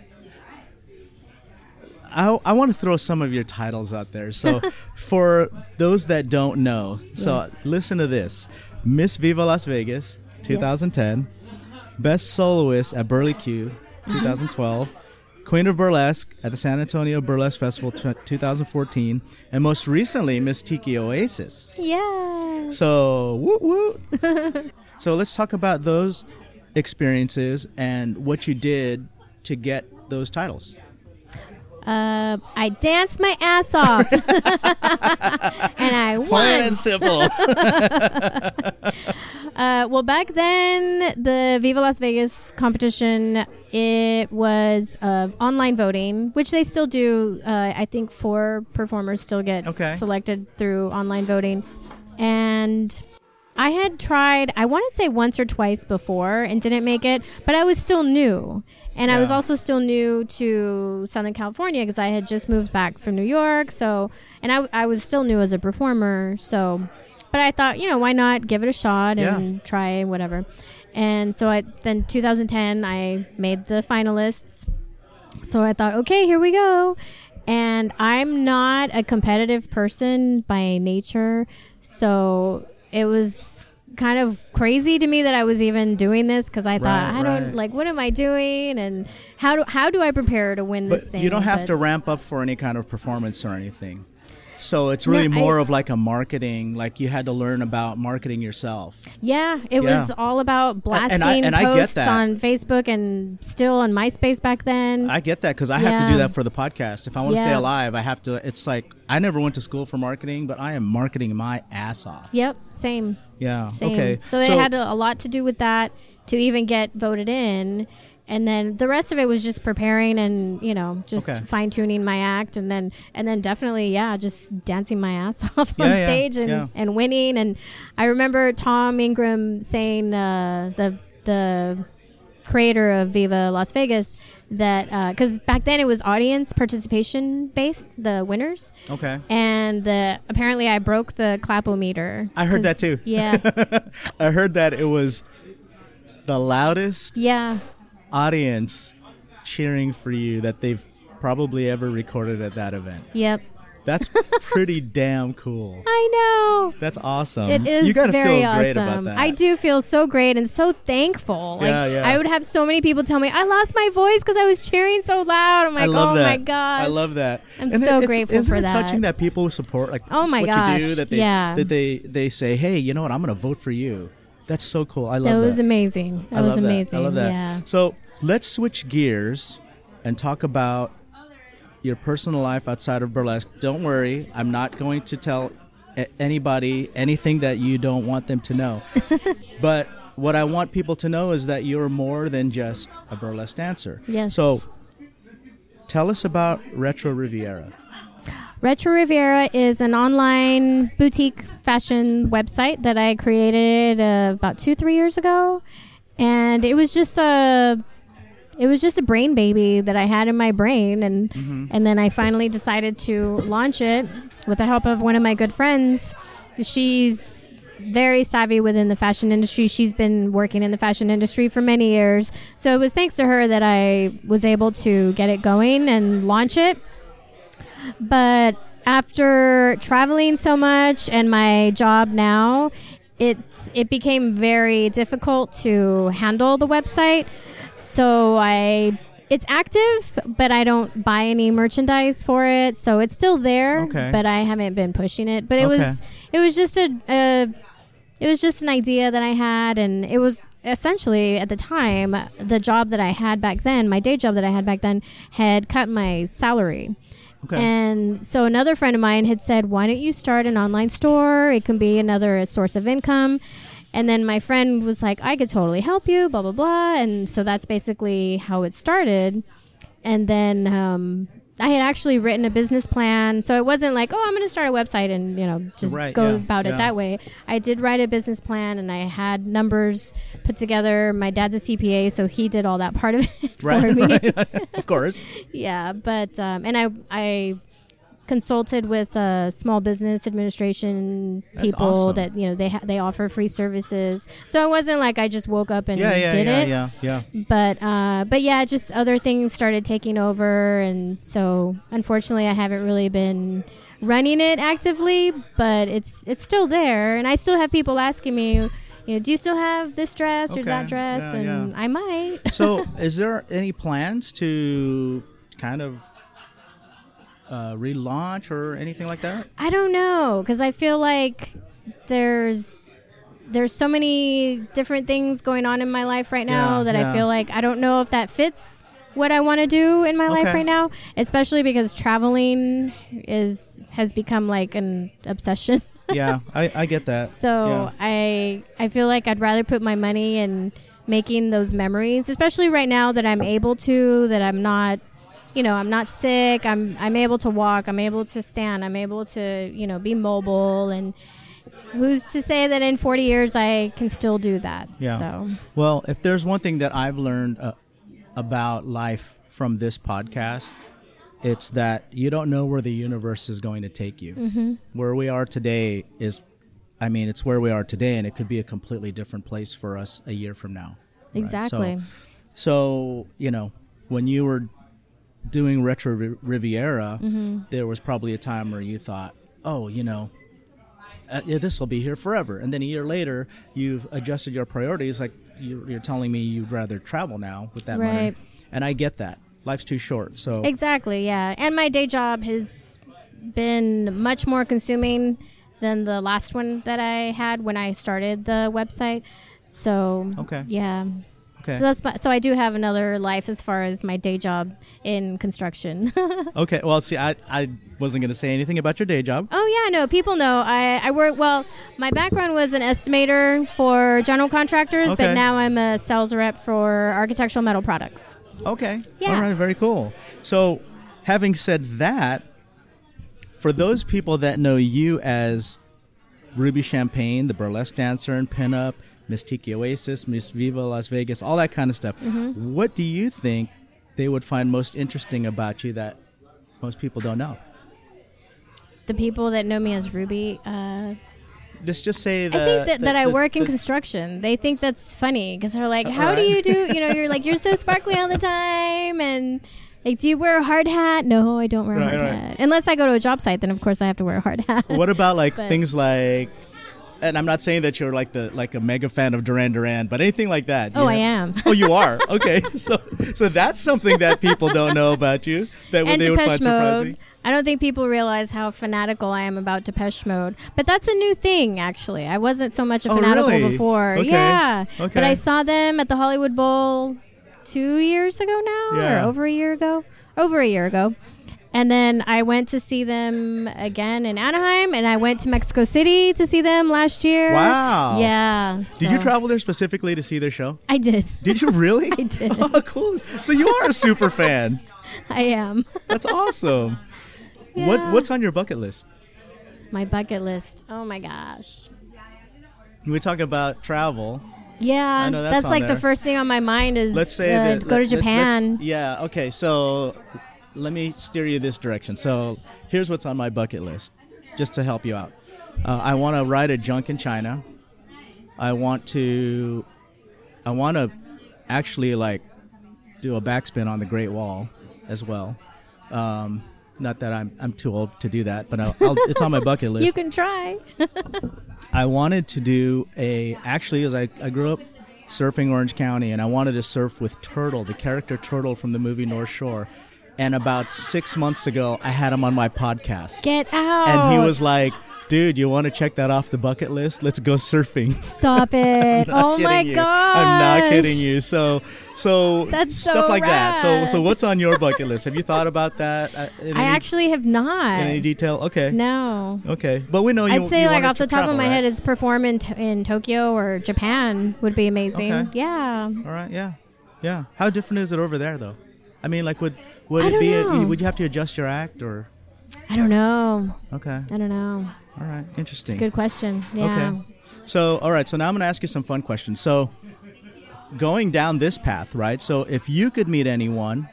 Speaker 4: I, I want to throw some of your titles out there. So, for those that don't know, so listen to this Miss Viva Las Vegas 2010, Best Soloist at Burley Q 2012, Queen of Burlesque at the San Antonio Burlesque Festival tw 2014, and most recently, Miss Tiki Oasis.
Speaker 3: Yeah.
Speaker 4: So, woo woo. so, let's talk about those experiences and what you did to get those titles.
Speaker 3: Uh, I danced my ass off, and I won.
Speaker 4: and simple.
Speaker 3: Uh, well, back then, the Viva Las Vegas competition, it was uh, online voting, which they still do. Uh, I think four performers still get
Speaker 4: Okay.
Speaker 3: selected through online voting. And I had tried, I want to say once or twice before and didn't make it, but I was still new. And I was
Speaker 4: Yeah.
Speaker 3: also still new to Southern California because I had just moved back from New York. So, and I, I was still new as a performer. So, but I thought, you know, why not give it a shot and
Speaker 4: Yeah.
Speaker 3: try and whatever. And so I then 2010 I made the finalists. So I thought, okay, here we go. And I'm not a competitive person by nature, so it was kind of crazy to me that I was even doing this because I thought,
Speaker 4: Right,
Speaker 3: I don't
Speaker 4: right.
Speaker 3: like, what am I doing, and how do how do I prepare to win
Speaker 4: but
Speaker 3: this thing?
Speaker 4: you don't have
Speaker 3: But-
Speaker 4: to ramp up for any kind of performance or anything. So, it's really
Speaker 3: No, I-
Speaker 4: more of like a marketing, like you had to learn about marketing yourself.
Speaker 3: Yeah, it
Speaker 4: Yeah.
Speaker 3: was all about blasting
Speaker 4: I- and I get
Speaker 3: posts
Speaker 4: that.
Speaker 3: on Facebook and still on MySpace back then.
Speaker 4: I get that because I have to do
Speaker 3: Yeah.
Speaker 4: that for the podcast. If I want to stay
Speaker 3: Yeah.
Speaker 4: alive, I have to. It's like I never went to school for marketing, but I am marketing my ass off.
Speaker 3: yep, same.
Speaker 4: Yeah.
Speaker 3: Same.
Speaker 4: Okay.
Speaker 3: So, it had a, a lot to do with that to even get voted in. And then the rest of it was just preparing and, you know, just
Speaker 4: Okay.
Speaker 3: fine tuning my act and then and then definitely, yeah, just dancing my ass off on
Speaker 4: Yeah, yeah,
Speaker 3: stage and,
Speaker 4: yeah.
Speaker 3: and winning. And I remember Tom Ingram saying uh, the the creator of Viva Las Vegas that because back then it was audience participation based, the winners.
Speaker 4: okay.
Speaker 3: And the apparently I broke the clapometer.
Speaker 4: I heard that
Speaker 3: 'Cause-
Speaker 4: too.
Speaker 3: Yeah.
Speaker 4: I heard that it was the loudest
Speaker 3: Yeah,
Speaker 4: audience cheering for you that they've probably ever recorded at that event.
Speaker 3: yep.
Speaker 4: That's pretty damn cool.
Speaker 3: I know.
Speaker 4: That's awesome.
Speaker 3: It is
Speaker 4: You gotta
Speaker 3: very
Speaker 4: feel great
Speaker 3: awesome.
Speaker 4: about that.
Speaker 3: I do feel so great and so thankful. Like
Speaker 4: Yeah, yeah.
Speaker 3: I would have so many people tell me I lost my voice because I was cheering so loud. I'm like,
Speaker 4: I love
Speaker 3: oh
Speaker 4: that.
Speaker 3: my gosh.
Speaker 4: I love that.
Speaker 3: I'm
Speaker 4: And it-
Speaker 3: so
Speaker 4: it's-
Speaker 3: grateful
Speaker 4: isn't
Speaker 3: for
Speaker 4: it
Speaker 3: that.
Speaker 4: touching that people support like
Speaker 3: Oh my
Speaker 4: what you
Speaker 3: gosh,
Speaker 4: do that they
Speaker 3: yeah.
Speaker 4: that they they say, "Hey, you know what? I'm going to vote for you." That's so cool. I love
Speaker 3: That
Speaker 4: that.
Speaker 3: was amazing. That
Speaker 4: I
Speaker 3: was
Speaker 4: love
Speaker 3: amazing.
Speaker 4: That. I love that.
Speaker 3: Yeah.
Speaker 4: So, let's switch gears and talk about your personal life outside of burlesque. Don't worry, I'm not going to tell a- anybody anything that you don't want them to know. but what I want people to know is that you're more than just a burlesque dancer.
Speaker 3: Yes.
Speaker 4: So, Tell us about Retro Riviera.
Speaker 3: Retro Riviera is an online boutique fashion website that I created uh, about two, three years ago, and it was just a, it was just a brain baby that I had in my brain, and and then I finally decided to launch it with the help of one of my good friends. She's very savvy within the fashion industry. She's been working in the fashion industry for many years, so it was thanks to her that I was able to get it going and launch it but after traveling so much and my job now it's it became very difficult to handle the website so i it's active but i don't buy any merchandise for it so it's still there
Speaker 4: Okay.
Speaker 3: but i haven't been pushing it but it
Speaker 4: Okay.
Speaker 3: was it was just a, a it was just an idea that I had, and it was essentially at the time the job that I had back then, my day job that I had back then, had cut my salary.
Speaker 4: Okay.
Speaker 3: And so another friend of mine had said, "Why don't you start an online store? It can be another source of income." And then my friend was like, "I could totally help you." Blah blah blah. And so that's basically how it started. And then um, I had actually written a business plan, so it wasn't like, "Oh, I'm going to start a website and you know just
Speaker 4: Right,
Speaker 3: go
Speaker 4: yeah,
Speaker 3: about
Speaker 4: yeah.
Speaker 3: it that way." I did write a business plan, and I had numbers put together. My dad's a CPA, so he did all that part of it for
Speaker 4: Right,
Speaker 3: me.
Speaker 4: of course.
Speaker 3: Yeah, but um, and I I consulted with uh, small business administration
Speaker 4: That's
Speaker 3: people
Speaker 4: awesome.
Speaker 3: that you know they ha- they offer free services. So it wasn't like I just woke up and
Speaker 4: Yeah, yeah,
Speaker 3: did
Speaker 4: yeah,
Speaker 3: it.
Speaker 4: yeah, yeah.
Speaker 3: But uh, but yeah, just other things started taking over, and so unfortunately, I haven't really been running it actively. But it's it's still there, and I still have people asking me. You know, do you still have this dress or
Speaker 4: Okay,
Speaker 3: that dress?
Speaker 4: yeah,
Speaker 3: and
Speaker 4: yeah.
Speaker 3: I might.
Speaker 4: So, is there any plans to kind of uh, relaunch or anything like that?
Speaker 3: I don't know because I feel like there's there's so many different things going on in my life right now
Speaker 4: Yeah,
Speaker 3: that
Speaker 4: yeah.
Speaker 3: I feel like I don't know if that fits what I want to do in my life
Speaker 4: Okay.
Speaker 3: right now, especially because traveling is has become like an obsession.
Speaker 4: yeah, I, I get that.
Speaker 3: So
Speaker 4: Yeah.
Speaker 3: I I feel like I'd rather put my money in making those memories, especially right now that I'm able to, that I'm not, you know, I'm not sick. I'm I'm able to walk. I'm able to stand. I'm able to you know be mobile. And who's to say that in 40 years I can still do that?
Speaker 4: Yeah.
Speaker 3: So
Speaker 4: Well, if there's one thing that I've learned uh, about life from this podcast, it's that you don't know where the universe is going to take you.
Speaker 3: Mm-hmm.
Speaker 4: Where we are today is, I mean, it's where we are today, and it could be a completely different place for us a year from now. right?
Speaker 3: Exactly.
Speaker 4: So, so, you know, when you were doing Retro Ri- Riviera,
Speaker 3: Mm-hmm.
Speaker 4: there was probably a time where you thought, oh, you know, uh, yeah, this will be here forever. And then a year later, you've adjusted your priorities. Like you're, you're telling me you'd rather travel now with that money.
Speaker 3: Right.
Speaker 4: And I get that. Life's too short. So
Speaker 3: exactly, yeah. And my day job has been much more consuming than the last one that I had when I started the website. So
Speaker 4: Okay.
Speaker 3: yeah.
Speaker 4: okay,
Speaker 3: So that's my, so I do have another life as far as my day job in construction.
Speaker 4: okay. Well, see, I, I wasn't going to say anything about your day job.
Speaker 3: oh yeah, no, people know I I work well. My background was an estimator for general contractors,
Speaker 4: Okay.
Speaker 3: but now I'm a sales rep for architectural metal products.
Speaker 4: Okay.
Speaker 3: Yeah.
Speaker 4: All right. Very cool. So, having said that, for those people that know you as Ruby Champagne, the burlesque dancer and pinup, Miss Tiki Oasis, Miss Viva Las Vegas, all that kind of stuff,
Speaker 3: Mm-hmm.
Speaker 4: what do you think they would find most interesting about you that most people don't know?
Speaker 3: The people that know me as Ruby, uh,
Speaker 4: Let's just say
Speaker 3: I think
Speaker 4: that
Speaker 3: that,
Speaker 4: Uh, the-
Speaker 3: that I
Speaker 4: the-
Speaker 3: work in
Speaker 4: the- Uh,
Speaker 3: construction. They think that's funny because they're like, "How do
Speaker 4: right.
Speaker 3: you do? You know, you're like you're so sparkly all the time, and like, do you wear a hard hat? No, I don't wear
Speaker 4: Right,
Speaker 3: a hard
Speaker 4: right.
Speaker 3: hat unless I go to a job site. Then of course I have to wear a hard hat.
Speaker 4: What about like
Speaker 3: But-
Speaker 4: things like? And I'm not saying that you're like the like a mega fan of Duran Duran, but anything like that.
Speaker 3: Oh,
Speaker 4: you
Speaker 3: I
Speaker 4: know-
Speaker 3: am.
Speaker 4: Oh, you are. Okay, so so that's something that people don't know about you that
Speaker 3: and
Speaker 4: they would find
Speaker 3: Depeche
Speaker 4: surprising.
Speaker 3: Mode. I don't think people realize how fanatical I am about Depeche Mode, but that's a new thing. Actually, I wasn't so much a
Speaker 4: Oh,
Speaker 3: fanatical
Speaker 4: really?
Speaker 3: before.
Speaker 4: Okay.
Speaker 3: Yeah,
Speaker 4: Okay.
Speaker 3: but I saw them at the Hollywood Bowl two years ago now,
Speaker 4: Yeah.
Speaker 3: or over a year ago, over a year ago. And then I went to see them again in Anaheim, and I went to Mexico City to see them last year.
Speaker 4: Wow.
Speaker 3: Yeah.
Speaker 4: Did
Speaker 3: so-
Speaker 4: you travel there specifically to see their show?
Speaker 3: I did.
Speaker 4: Did you really?
Speaker 3: I did.
Speaker 4: Oh, cool. So you are a super fan.
Speaker 3: I am.
Speaker 4: That's awesome. What
Speaker 3: Yeah.
Speaker 4: what's on your bucket list?
Speaker 3: My bucket list. Oh my gosh.
Speaker 4: We talk about travel.
Speaker 3: Yeah,
Speaker 4: I know that's
Speaker 3: that's,
Speaker 4: on
Speaker 3: like
Speaker 4: there.
Speaker 3: the first thing on my mind is
Speaker 4: let's say
Speaker 3: uh,
Speaker 4: that
Speaker 3: go to
Speaker 4: let- let- let's-
Speaker 3: Japan.
Speaker 4: yeah. Okay. So let me steer you this direction. So here's what's on my bucket list, just to help you out. Uh, I want to ride a junk in China. I want to. I want to actually like do a backspin on the Great Wall as well. Um, not that I'm I'm too old to do that, but I'll, I'll, it's on my bucket list.
Speaker 3: you can try.
Speaker 4: I wanted to do a actually as I, I grew up surfing Orange County and I wanted to surf with Turtle, the character Turtle from the movie North Shore. And about six months ago I had him on my podcast.
Speaker 3: Get out.
Speaker 4: And he was like, dude, you want to check that off the bucket list? Let's go surfing.
Speaker 3: Stop it!
Speaker 4: I'm
Speaker 3: oh
Speaker 4: kidding
Speaker 3: my
Speaker 4: you.
Speaker 3: gosh!
Speaker 4: I'm not kidding you. So, so
Speaker 3: That's so
Speaker 4: stuff like that. So, so
Speaker 3: rad.
Speaker 4: what's on your bucket list? Have you thought about that? uh, in
Speaker 3: I
Speaker 4: any,
Speaker 3: actually have not.
Speaker 4: in any detail. Okay,
Speaker 3: no.
Speaker 4: okay, but we know you.
Speaker 3: I'd say
Speaker 4: you
Speaker 3: like
Speaker 4: wanted
Speaker 3: off
Speaker 4: to
Speaker 3: the top
Speaker 4: travel,
Speaker 3: of my
Speaker 4: right?
Speaker 3: head is perform in, t- in Tokyo or Japan would be amazing.
Speaker 4: Okay.
Speaker 3: Yeah.
Speaker 4: All right, yeah, yeah. How different is it over there though? I mean, like, would would
Speaker 3: I
Speaker 4: it
Speaker 3: don't
Speaker 4: be?
Speaker 3: know.
Speaker 4: would you have to adjust your act or?
Speaker 3: I don't know.
Speaker 4: Okay,
Speaker 3: I don't know.
Speaker 4: all right, interesting.
Speaker 3: It's a good question. Yeah.
Speaker 4: Okay. So, all right. So now I'm going to ask you some fun questions. So, going down this path, right? So, if you could meet anyone,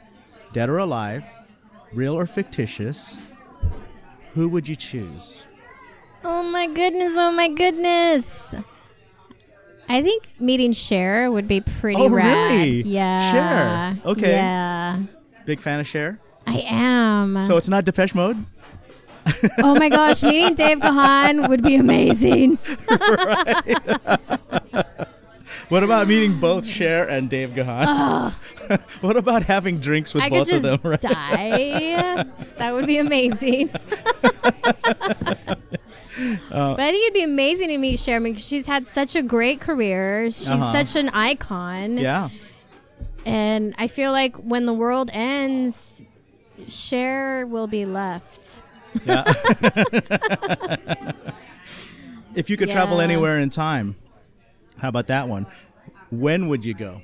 Speaker 4: dead or alive, real or fictitious, who would you choose?
Speaker 3: Oh my goodness! Oh my goodness! I think meeting Cher would be pretty
Speaker 4: Oh,
Speaker 3: rad.
Speaker 4: really?
Speaker 3: Yeah.
Speaker 4: Cher. Okay.
Speaker 3: Yeah.
Speaker 4: Big fan of Cher.
Speaker 3: I am.
Speaker 4: So it's not Depeche Mode.
Speaker 3: oh my gosh, meeting Dave Gahan would be amazing.
Speaker 4: What about meeting both Cher and Dave Gahan? what about having drinks with
Speaker 3: I could
Speaker 4: both of
Speaker 3: just
Speaker 4: them? Right?
Speaker 3: die. That would be amazing.
Speaker 4: Uh,
Speaker 3: but I think it'd be amazing to meet Cher because she's had such a great career. She's
Speaker 4: Uh-huh.
Speaker 3: such an icon.
Speaker 4: Yeah.
Speaker 3: And I feel like when the world ends, Cher will be left.
Speaker 4: Yeah. if you could travel
Speaker 3: Yeah.
Speaker 4: anywhere in time, how about that one? When would you go?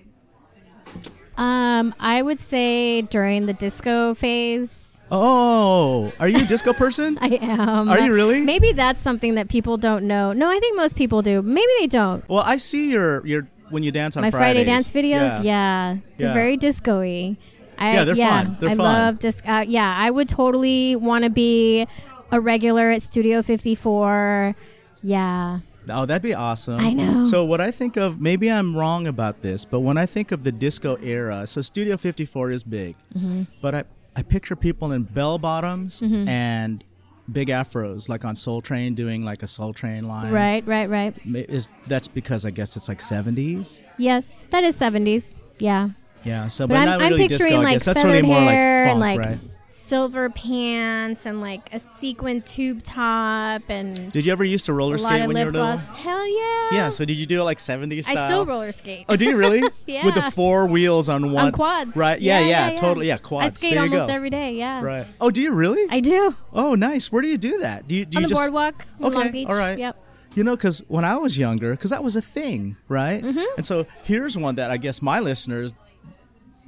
Speaker 3: Um, I would say during the disco phase,
Speaker 4: Oh, are you a disco person?
Speaker 3: I am.
Speaker 4: Are you really?
Speaker 3: Maybe that's something that people don't know. No, I think most people do. Maybe they don't.
Speaker 4: well, I see your your when you dance on
Speaker 3: My Friday
Speaker 4: Fridays.
Speaker 3: dance videos, yeah, they're
Speaker 4: Yeah.
Speaker 3: very disco-y. I,
Speaker 4: Yeah, they're fun. They're
Speaker 3: I
Speaker 4: fun.
Speaker 3: love disco. Uh, yeah, I would totally want to be a regular at Studio 54. Yeah,
Speaker 4: Oh, that'd be awesome.
Speaker 3: I know.
Speaker 4: So what I think of, maybe I'm wrong about this, but when I think of the disco era, so Studio 54 is big,
Speaker 3: Mm-hmm.
Speaker 4: but I I picture people in bell bottoms and big afros, like on Soul Train, doing like a Soul Train line.
Speaker 3: right, right, right.
Speaker 4: Ma- Is that's because I guess it's like 70s.
Speaker 3: Yes, that is 70s. Yeah.
Speaker 4: Yeah. So,
Speaker 3: But
Speaker 4: but,
Speaker 3: I'm,
Speaker 4: not
Speaker 3: I'm
Speaker 4: really
Speaker 3: picturing
Speaker 4: disco. I
Speaker 3: like
Speaker 4: guess that's
Speaker 3: feathered
Speaker 4: really more like
Speaker 3: hair
Speaker 4: funk,
Speaker 3: and like
Speaker 4: right?
Speaker 3: silver pants and like a sequin tube top and
Speaker 4: Did you ever used to roller
Speaker 3: a lot
Speaker 4: skate
Speaker 3: of
Speaker 4: when you
Speaker 3: lip
Speaker 4: were little?
Speaker 3: gloss. Hell yeah.
Speaker 4: Yeah. So did you do it like 70s style?
Speaker 3: I still roller skate.
Speaker 4: Oh, do you really?
Speaker 3: Yeah.
Speaker 4: With the four wheels on one.
Speaker 3: on quads.
Speaker 4: Right. Yeah. Yeah. Totally. Yeah. Quads.
Speaker 3: I skate
Speaker 4: there you
Speaker 3: almost
Speaker 4: go.
Speaker 3: every day. Yeah.
Speaker 4: Right. Oh, do you really?
Speaker 3: I do.
Speaker 4: oh, nice. Where do you do that? Do you do
Speaker 3: on
Speaker 4: you
Speaker 3: the
Speaker 4: just
Speaker 3: boardwalk in
Speaker 4: okay,
Speaker 3: Long Beach.
Speaker 4: All right.
Speaker 3: Yep.
Speaker 4: You know, because when I was younger, because that was a thing, right?
Speaker 3: Mm-hmm.
Speaker 4: And so here's one that I guess my listeners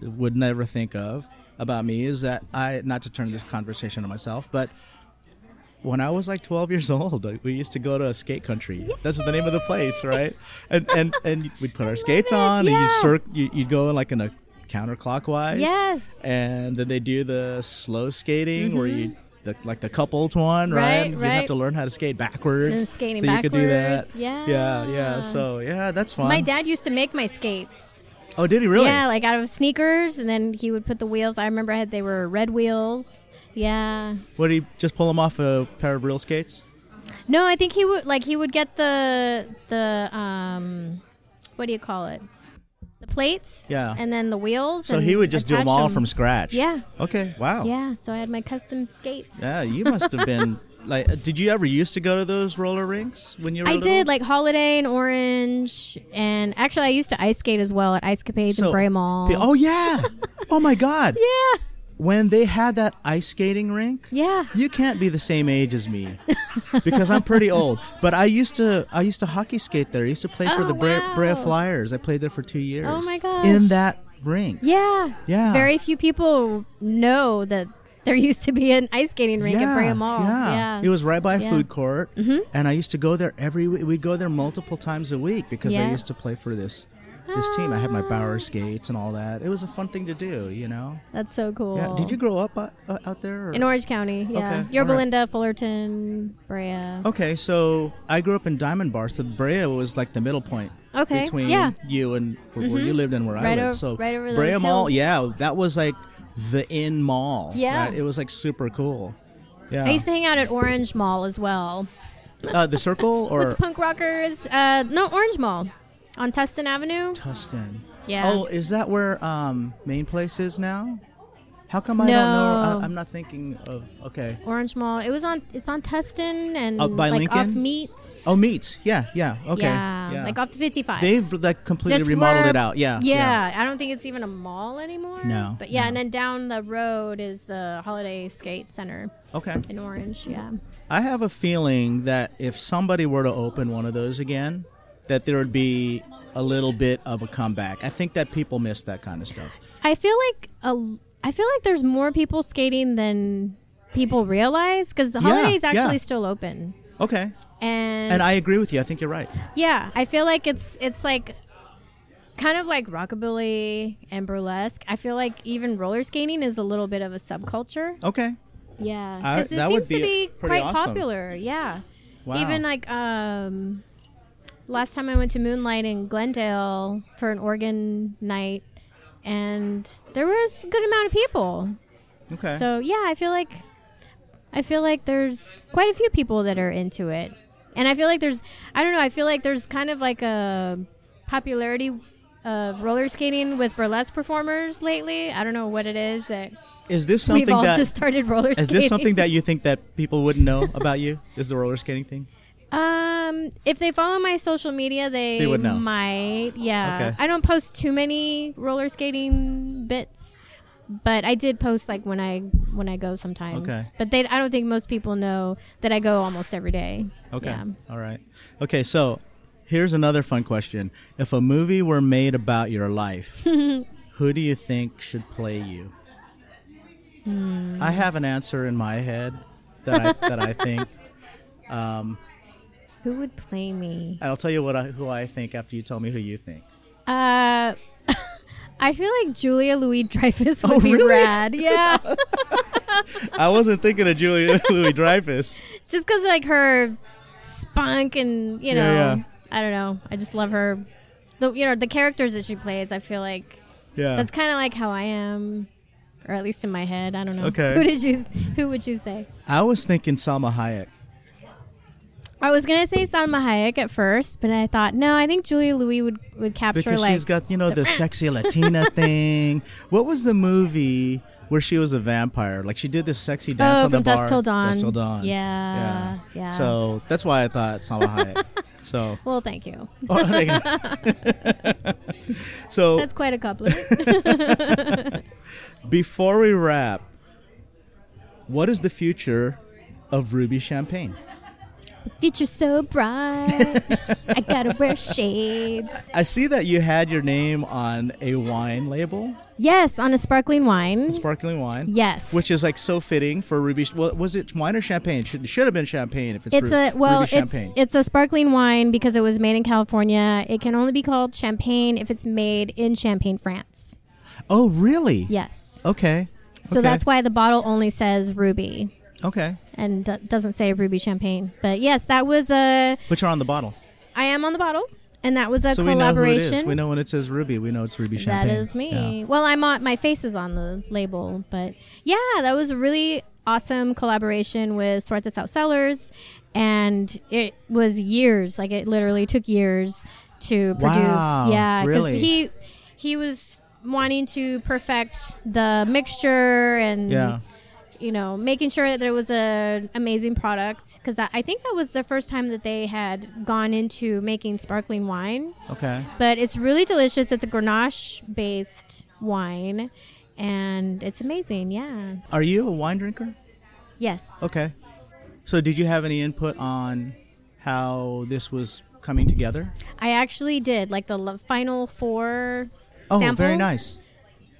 Speaker 4: would never think of about me is that I, not to turn this conversation on myself, but when I was like 12 years old, like, we used to go to a skate country. That's the name of the place, right? And and and we'd put our skates
Speaker 3: it.
Speaker 4: on, and
Speaker 3: Yeah.
Speaker 4: you'd, cir- you- you'd go in like in a counterclockwise.
Speaker 3: Yes. Mm-hmm.
Speaker 4: And then they do the slow skating where you. The, like the couples one, right?
Speaker 3: Right,
Speaker 4: You have
Speaker 3: right
Speaker 4: to learn how to skate backwards.
Speaker 3: And skating
Speaker 4: so you could do that.
Speaker 3: backwards, yeah.
Speaker 4: yeah, yeah. So yeah, that's fun.
Speaker 3: My dad used to make my skates.
Speaker 4: oh, did he really?
Speaker 3: Yeah, like out of sneakers, and then he would put the wheels. I remember I had they were red wheels. Yeah.
Speaker 4: What did he just pull him off a pair of real skates?
Speaker 3: No, I think he would like he would get the the um, what do you call it? The plates.
Speaker 4: Yeah.
Speaker 3: And then the wheels.
Speaker 4: So he would just do them all from scratch.
Speaker 3: Yeah.
Speaker 4: Okay. Wow.
Speaker 3: Yeah. So I had my custom skates.
Speaker 4: Yeah, you must have been like. Did you ever used to go to those roller rinks when you were?
Speaker 3: I
Speaker 4: little?
Speaker 3: did like Holiday and Orange, and actually I used to ice skate as well at Ice Capades in Bray Mall.
Speaker 4: Pe- Oh yeah. Oh my God.
Speaker 3: yeah,
Speaker 4: When they had that ice skating rink.
Speaker 3: yeah.
Speaker 4: You can't be the same age as me because I'm pretty old. But I used to I used to hockey skate there. I used to play for
Speaker 3: Oh,
Speaker 4: the Brea,
Speaker 3: wow.
Speaker 4: Brea Flyers. I played there for two years.
Speaker 3: Oh, my gosh.
Speaker 4: In that rink.
Speaker 3: Yeah.
Speaker 4: Yeah.
Speaker 3: Very few people know that there used to be an ice skating rink at Bray Mall. Yeah.
Speaker 4: Yeah. It was right by a
Speaker 3: Yeah. Mm-hmm.
Speaker 4: food court. And I used to go there every week. We'd go there multiple times a week because I
Speaker 3: Yeah. Ah.
Speaker 4: used to play for this this team. I had my Bauer skates and all that. It was a fun thing to do, you know?
Speaker 3: That's so cool.
Speaker 4: Yeah. Did you grow up uh, uh, out there? or-
Speaker 3: in Orange County? Yeah.
Speaker 4: Okay,
Speaker 3: Your
Speaker 4: all right.
Speaker 3: Belinda, Fullerton, Brea.
Speaker 4: Okay, so I grew up in Diamond Bar, so Brea was like the middle point
Speaker 3: Okay,
Speaker 4: between
Speaker 3: yeah. Mm-hmm.
Speaker 4: you and where, where you lived and where I
Speaker 3: Right
Speaker 4: lived.
Speaker 3: o-
Speaker 4: so
Speaker 3: right over
Speaker 4: Brea
Speaker 3: those
Speaker 4: Mall,
Speaker 3: hills.
Speaker 4: yeah, that was like the in mall.
Speaker 3: Yeah.
Speaker 4: right? it was like super cool. Yeah,
Speaker 3: I used to hang out at Orange Mall as well.
Speaker 4: uh, the circle or
Speaker 3: Punk Rockers. Uh, no, Orange Mall on Tustin Avenue.
Speaker 4: Tustin.
Speaker 3: Yeah.
Speaker 4: Oh, is that where um, Main Place is now? How come I don't know?
Speaker 3: No.
Speaker 4: I, I'm not thinking of. Okay.
Speaker 3: Orange Mall. It was on. It's on Tustin and
Speaker 4: Up by
Speaker 3: like off
Speaker 4: Lincoln?
Speaker 3: Meats.
Speaker 4: Oh, meats. Yeah, yeah. Okay.
Speaker 3: Yeah, like off the 55.
Speaker 4: They've like completely
Speaker 3: That's
Speaker 4: remodeled
Speaker 3: where-
Speaker 4: it out. Yeah.
Speaker 3: yeah. I don't think it's even a mall anymore.
Speaker 4: No,
Speaker 3: But yeah, and then down the road is the Holiday Skate Center
Speaker 4: Okay.
Speaker 3: in Orange. Yeah.
Speaker 4: I have a feeling that if somebody were to open one of those again, that there would be a little bit of a comeback. I think that people miss that kind of stuff.
Speaker 3: I feel like a, I feel like there's more people skating than people realize because the
Speaker 4: Yeah,
Speaker 3: holiday's actually
Speaker 4: yeah.
Speaker 3: still open.
Speaker 4: Okay.
Speaker 3: And,
Speaker 4: And I agree with you. I think you're right.
Speaker 3: yeah, I feel like it's it's like kind of like rockabilly and burlesque. I feel like even roller skating is a little bit of a subculture.
Speaker 4: Okay.
Speaker 3: Yeah,
Speaker 4: I-
Speaker 3: because it
Speaker 4: that would
Speaker 3: seems to
Speaker 4: be
Speaker 3: be
Speaker 4: pretty
Speaker 3: quite
Speaker 4: awesome.
Speaker 3: popular. Yeah,
Speaker 4: Wow.
Speaker 3: even like um, last time I went to Moonlight in Glendale for an organ night, and there was a good amount of people.
Speaker 4: Okay.
Speaker 3: So yeah, I feel like I feel like there's quite a few people that are into it, and I feel like there's I don't know I feel like there's kind of like a popularity of roller skating with burlesque performers lately. I don't know what it is that
Speaker 4: is this
Speaker 3: we've
Speaker 4: something
Speaker 3: all
Speaker 4: that
Speaker 3: just started roller
Speaker 4: is
Speaker 3: skating.
Speaker 4: this something that you think that people wouldn't know about you? Is the roller skating thing?
Speaker 3: Um, if they follow my social media, they,
Speaker 4: They would know.
Speaker 3: might. Yeah,
Speaker 4: Okay.
Speaker 3: I don't post too many roller skating bits, but I did post like when I when I go sometimes.
Speaker 4: Okay.
Speaker 3: But they, I don't think most people know that I go almost every day.
Speaker 4: Okay.
Speaker 3: Yeah.
Speaker 4: All right. Okay, so here's another fun question. If a movie were made about your life, who do you think should play you? I have an answer in my head that I, that I think.
Speaker 3: Who would play me?
Speaker 4: I'll tell you what I, who I think after you tell me who you think.
Speaker 3: Uh, I feel like Julia Louis Dreyfus would
Speaker 4: Oh,
Speaker 3: be
Speaker 4: really?
Speaker 3: rad. Yeah,
Speaker 4: I wasn't thinking of Julia Louis Dreyfus.
Speaker 3: just because like her spunk and you know,
Speaker 4: Yeah, yeah.
Speaker 3: I don't know. I just love her. The you know the characters that she plays. I feel like.
Speaker 4: Yeah.
Speaker 3: That's kind of like how I am, or at least in my head. I don't know.
Speaker 4: Okay.
Speaker 3: Who did you? Who would you say?
Speaker 4: I was thinking Salma Hayek.
Speaker 3: I was gonna say Salma Hayek at first, but I thought no. I think Julia Louis would would capture
Speaker 4: Because
Speaker 3: like
Speaker 4: she's got, you know, the sexy Latina thing. What was the movie where she was a vampire? Like she did this sexy dance
Speaker 3: oh
Speaker 4: on the
Speaker 3: from Dusk
Speaker 4: bar.
Speaker 3: Till Dawn.
Speaker 4: Dusk Till Dawn.
Speaker 3: Yeah. Yeah.
Speaker 4: So that's why I thought Salma Hayek. So,
Speaker 3: Well, thank you.
Speaker 4: Oh, okay. so
Speaker 3: That's quite a couplet.
Speaker 4: before we wrap, what is the future of Ruby Champagne?
Speaker 3: Future so bright. I gotta wear shades.
Speaker 4: I see that you had your name on a wine label,
Speaker 3: Yes, on a sparkling wine.
Speaker 4: sparkling wine.
Speaker 3: Yes.
Speaker 4: Which is like so fitting for Ruby. Well, was it wine or champagne? Should should have been champagne if it's,
Speaker 3: It's
Speaker 4: Ru-
Speaker 3: a well,
Speaker 4: Ruby
Speaker 3: it's
Speaker 4: champagne.
Speaker 3: it's a sparkling wine because it was made in California. It can only be called champagne if it's made in Champagne, France.
Speaker 4: oh, really?
Speaker 3: Yes.
Speaker 4: Okay.
Speaker 3: So
Speaker 4: Okay.
Speaker 3: that's why the bottle only says ruby
Speaker 4: Okay.
Speaker 3: and d- doesn't say ruby champagne. But yes, that was a
Speaker 4: Which are on the bottle.
Speaker 3: I am on the bottle and that was a
Speaker 4: so we know who it
Speaker 3: collaboration.
Speaker 4: is. We know when it says Ruby, we know it's Ruby
Speaker 3: That
Speaker 4: Champagne.
Speaker 3: is me.
Speaker 4: Yeah.
Speaker 3: Well, I'm on my face is on the label, but yeah, that was a really awesome collaboration with Sort This Out Sellers, and it was years. Like it literally took years to produce.
Speaker 4: Wow,
Speaker 3: yeah,
Speaker 4: really?
Speaker 3: he he was wanting to perfect the mixture and
Speaker 4: Yeah.
Speaker 3: you know, making sure that there was an amazing product because I, I think that was the first time that they had gone into making sparkling wine
Speaker 4: Okay.
Speaker 3: but it's really delicious. It's a Grenache based wine, and it's amazing. Yeah.
Speaker 4: Are you a wine drinker?
Speaker 3: Yes.
Speaker 4: Okay. So, did you have any input on how this was coming together?
Speaker 3: I actually did like the lo- final four.
Speaker 4: Oh,
Speaker 3: samples.
Speaker 4: very nice.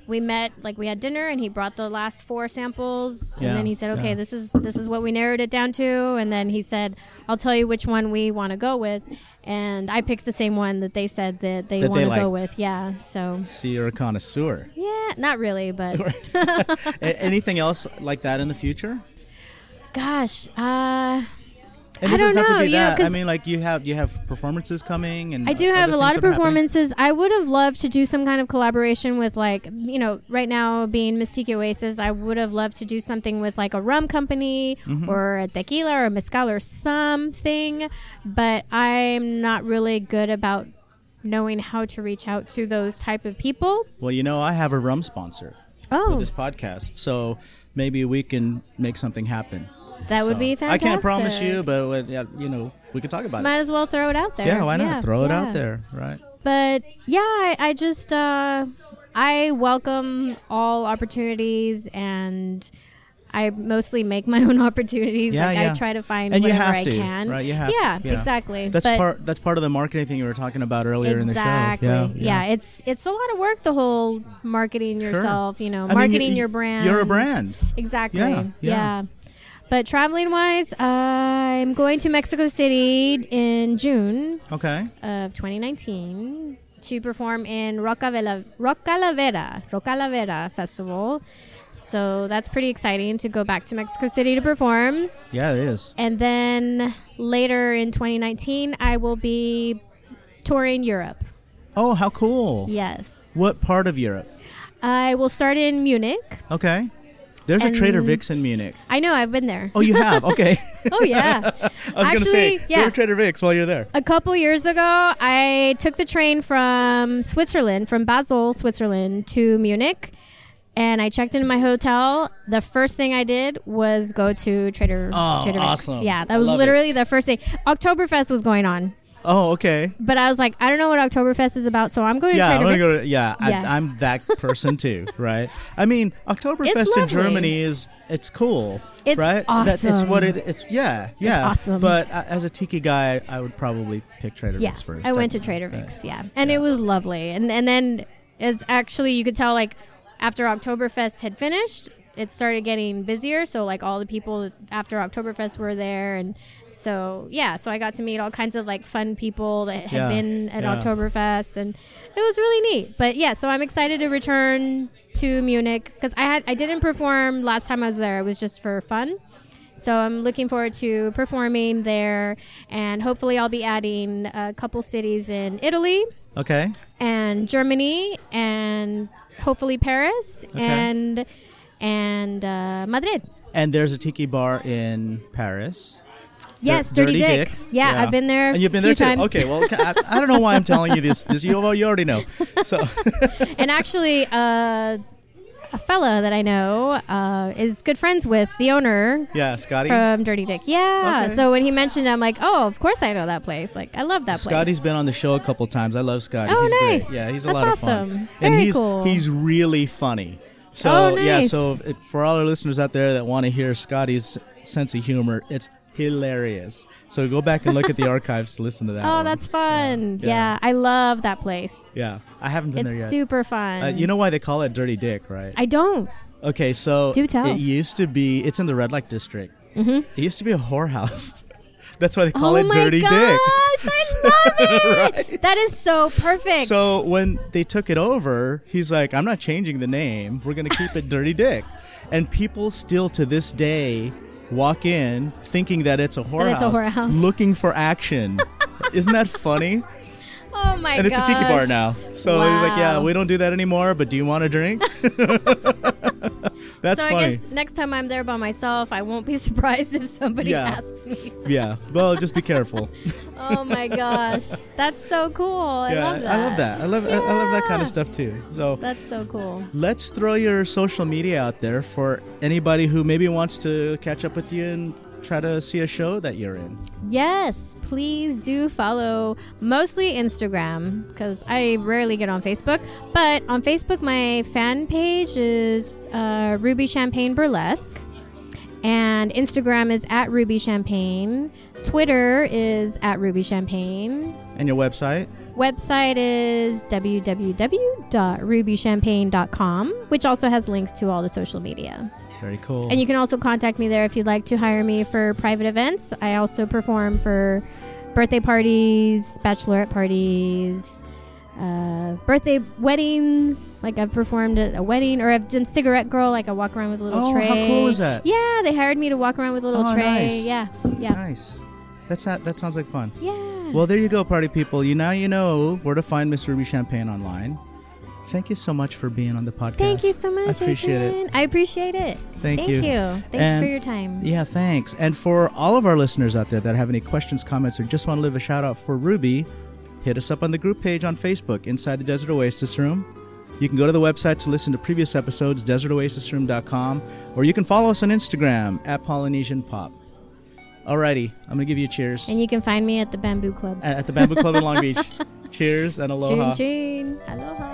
Speaker 3: We met like we had dinner, and he brought the last four samples,
Speaker 4: Yeah,
Speaker 3: and then he said, "Okay,
Speaker 4: yeah.
Speaker 3: this is this is what we narrowed it down to." And then he said, "I'll tell you which one we want to go with." And I picked the same one that they said that they
Speaker 4: That they
Speaker 3: want to go
Speaker 4: like.
Speaker 3: with. Yeah. So
Speaker 4: See, you're a connoisseur.
Speaker 3: yeah, not really, but
Speaker 4: A- anything else like that in the future?
Speaker 3: gosh, uh,
Speaker 4: And
Speaker 3: I
Speaker 4: it doesn't
Speaker 3: don't
Speaker 4: have to
Speaker 3: know,
Speaker 4: be
Speaker 3: you know,
Speaker 4: that. I
Speaker 3: 'cause-
Speaker 4: mean, like you have you have performances coming, and
Speaker 3: I do
Speaker 4: other
Speaker 3: have a lot of
Speaker 4: things that are happening.
Speaker 3: performances. I would have loved to do some kind of collaboration with, like, you know, right now being Mystique Oasis, I would have loved to do something with, like, a rum company
Speaker 4: Mm-hmm.
Speaker 3: or a tequila or a mezcal or something. But I'm not really good about knowing how to reach out to those type of people.
Speaker 4: Well, you know, I have a rum sponsor.
Speaker 3: Oh.
Speaker 4: with this podcast. So maybe we can make something happen.
Speaker 3: That would
Speaker 4: So,
Speaker 3: be fantastic.
Speaker 4: I can't promise you, but what- yeah, you know we could talk about
Speaker 3: Might as well throw it out there.
Speaker 4: it. Yeah, why not? Throw it
Speaker 3: yeah.
Speaker 4: out there, right?
Speaker 3: But yeah, I, I just uh, I welcome all opportunities, and I mostly make my own opportunities.
Speaker 4: Yeah,
Speaker 3: like I
Speaker 4: yeah.
Speaker 3: try to find
Speaker 4: and you
Speaker 3: whatever
Speaker 4: have
Speaker 3: I
Speaker 4: to,
Speaker 3: can.
Speaker 4: right? You have
Speaker 3: yeah,
Speaker 4: to, yeah.
Speaker 3: exactly.
Speaker 4: That's
Speaker 3: But-
Speaker 4: part. That's part of the marketing thing we were talking about earlier
Speaker 3: exactly.
Speaker 4: in the show.
Speaker 3: Yeah, it's it's a lot of work. The whole marketing yourself, you know,
Speaker 4: I mean,
Speaker 3: marketing
Speaker 4: you-
Speaker 3: your brand.
Speaker 4: you're a brand.
Speaker 3: Exactly.
Speaker 4: Yeah,
Speaker 3: Yeah.
Speaker 4: yeah.
Speaker 3: But traveling wise, I'm going to Mexico City in June
Speaker 4: Okay.
Speaker 3: of 2019 to perform in Rocavela, Rocalavera, Rocalavera Festival. So that's pretty exciting to go back to Mexico City to perform.
Speaker 4: Yeah, it is.
Speaker 3: And then later in 2019, I will be touring Europe.
Speaker 4: Oh, how cool!
Speaker 3: Yes.
Speaker 4: What part of Europe?
Speaker 3: I will start in Munich.
Speaker 4: Okay. There's a Trader
Speaker 3: And-
Speaker 4: Vic's in Munich.
Speaker 3: I know, I've been there.
Speaker 4: Oh, you have? Okay.
Speaker 3: Oh, yeah.
Speaker 4: I was going to say,
Speaker 3: Actually,
Speaker 4: go
Speaker 3: yeah.
Speaker 4: to Trader Vic's while you're there.
Speaker 3: A couple years ago, I took the train from Switzerland, from Basel, Switzerland, to Munich. And I checked into my hotel. The first thing I did was go to Trader
Speaker 4: Oh,
Speaker 3: Trader Vic's.
Speaker 4: awesome.
Speaker 3: Yeah,
Speaker 4: I
Speaker 3: that was
Speaker 4: love it.
Speaker 3: literally the first thing. Oktoberfest was going on,
Speaker 4: Oh, okay.
Speaker 3: but I was like, I don't know what Oktoberfest is about, so I'm going to
Speaker 4: Yeah, I'm
Speaker 3: Trader
Speaker 4: gonna go
Speaker 3: Vic's.
Speaker 4: to, yeah,
Speaker 3: Yeah.
Speaker 4: I, I'm that person too, right? I mean, Oktoberfest in
Speaker 3: lovely.
Speaker 4: Germany is it's cool,
Speaker 3: It's
Speaker 4: right? it's
Speaker 3: awesome.
Speaker 4: what it it's yeah, yeah.
Speaker 3: awesome.
Speaker 4: But uh, as a tiki guy, I would probably pick Trader
Speaker 3: Yeah,
Speaker 4: Vic's first.
Speaker 3: I went to
Speaker 4: think.
Speaker 3: Trader
Speaker 4: Right.
Speaker 3: Vic's. Yeah, and it was lovely. And and then as actually you could tell like after Oktoberfest had finished, it started getting busier. So like all the people after Oktoberfest were there, and so yeah, so I got to meet all kinds of like fun people that had
Speaker 4: Yeah,
Speaker 3: been at
Speaker 4: yeah.
Speaker 3: Oktoberfest, and it was really neat. But yeah, so I'm excited to return to Munich because I had I didn't perform last time I was there. It was just for fun. So I'm looking forward to performing there, and hopefully I'll be adding a couple cities in Italy
Speaker 4: Okay.
Speaker 3: and Germany, and hopefully Paris
Speaker 4: Okay.
Speaker 3: and and uh, Madrid.
Speaker 4: And there's a tiki bar in Paris.
Speaker 3: Yes,
Speaker 4: Dir-
Speaker 3: Dirty, Dick. Yeah, I've been there.
Speaker 4: And you've been
Speaker 3: few
Speaker 4: there too.
Speaker 3: Times.
Speaker 4: Okay, well, I, I don't know why I'm telling you this. This you, well, you already know. So
Speaker 3: and actually, uh, a fella that I know uh, is good friends with the owner
Speaker 4: yeah, Scotty.
Speaker 3: from Dirty Dick. Yeah.
Speaker 4: Okay.
Speaker 3: So when he mentioned, it, I'm like, oh, of course I know that place. Like, I love that place.
Speaker 4: Scotty's been on the show a couple times. I love Scotty.
Speaker 3: Oh,
Speaker 4: he's
Speaker 3: nice.
Speaker 4: great. Yeah, he's a
Speaker 3: That's
Speaker 4: lot of
Speaker 3: awesome.
Speaker 4: fun. and
Speaker 3: Very
Speaker 4: he's
Speaker 3: cool.
Speaker 4: he's really funny. So
Speaker 3: Oh,
Speaker 4: yeah,
Speaker 3: nice.
Speaker 4: so if- for all our listeners out there that want to hear Scotty's sense of humor, it's hilarious. So go back and look at the archives to listen to that.
Speaker 3: Oh,
Speaker 4: one.
Speaker 3: that's fun.
Speaker 4: Yeah.
Speaker 3: Yeah. I love that place.
Speaker 4: yeah. I haven't been
Speaker 3: It's
Speaker 4: there yet.
Speaker 3: super fun.
Speaker 4: Uh, you know why they call it Dirty Dick, right?
Speaker 3: I don't.
Speaker 4: Okay, so
Speaker 3: Do tell.
Speaker 4: it used to be. It's in the red light district. Mm-hmm. It used to be a whorehouse. That's why they call
Speaker 3: oh
Speaker 4: it
Speaker 3: my
Speaker 4: Dirty
Speaker 3: gosh,
Speaker 4: Dick.
Speaker 3: I love it. That is so perfect.
Speaker 4: So when they took it over, he's like, "I'm not changing the name. We're gonna keep it Dirty Dick," and people still to this day walk in thinking that it's a whorehouse,
Speaker 3: it's a whorehouse.
Speaker 4: looking for action. Isn't that funny?
Speaker 3: oh my
Speaker 4: And it's a tiki bar
Speaker 3: gosh.
Speaker 4: now. So he's like, "Yeah,
Speaker 3: Wow.
Speaker 4: we don't do that anymore. But do you want a drink?" That's
Speaker 3: So
Speaker 4: funny.
Speaker 3: I guess next time I'm there by myself, I won't be surprised if somebody
Speaker 4: Yeah.
Speaker 3: asks me.
Speaker 4: yeah. Well, just be careful.
Speaker 3: Oh my gosh, that's so cool. I
Speaker 4: yeah,
Speaker 3: love that.
Speaker 4: I love that. I love I, I love that kind
Speaker 3: Yeah.
Speaker 4: of stuff too. So
Speaker 3: That's so cool.
Speaker 4: let's throw your social media out there for anybody who maybe wants to catch up with you and try to see a show that you're in.
Speaker 3: Yes, please do follow mostly Instagram because I rarely get on Facebook. But on Facebook, my fan page is uh, Ruby Champagne Burlesque, and Instagram is at Ruby Champagne. Twitter is at Ruby Champagne.
Speaker 4: And your website?
Speaker 3: Website is www.rubychampagne.com, which also has links to all the social media.
Speaker 4: Very cool.
Speaker 3: And you can also contact me there if you'd like to hire me for private events. I also perform for birthday parties, bachelorette parties, uh, birthday weddings. Like I've performed at a wedding, or I've done cigarette girl. Like I walk around with a little
Speaker 4: Oh, how
Speaker 3: tray.
Speaker 4: cool is that?
Speaker 3: Yeah, they hired me to walk around with a little
Speaker 4: Oh,
Speaker 3: tray.
Speaker 4: nice.
Speaker 3: Yeah, yeah,
Speaker 4: nice. That's not, that sounds like fun.
Speaker 3: yeah.
Speaker 4: Well, there you go, party people. You now you know where to find Miss Ruby Champagne online. Thank you so much for being on the podcast.
Speaker 3: Thank you so much.
Speaker 4: I appreciate it.
Speaker 3: Adrian. I appreciate it.
Speaker 4: Thank you.
Speaker 3: Thanks
Speaker 4: And-
Speaker 3: for your time.
Speaker 4: Yeah, thanks. And for all of our listeners out there that have any questions, comments, or just want to leave a shout out for Ruby, hit us up on the group page on Facebook, Inside the Desert Oasis Room. You can go to the website to listen to previous episodes, desertoasisroom.com, or you can follow us on Instagram at Polynesian Pop. Alrighty, I'm gonna give you a cheers
Speaker 3: And you can find me at the Bamboo Club.
Speaker 4: at at the Bamboo Club in Long Beach. Cheers and aloha.
Speaker 3: June, June. Aloha.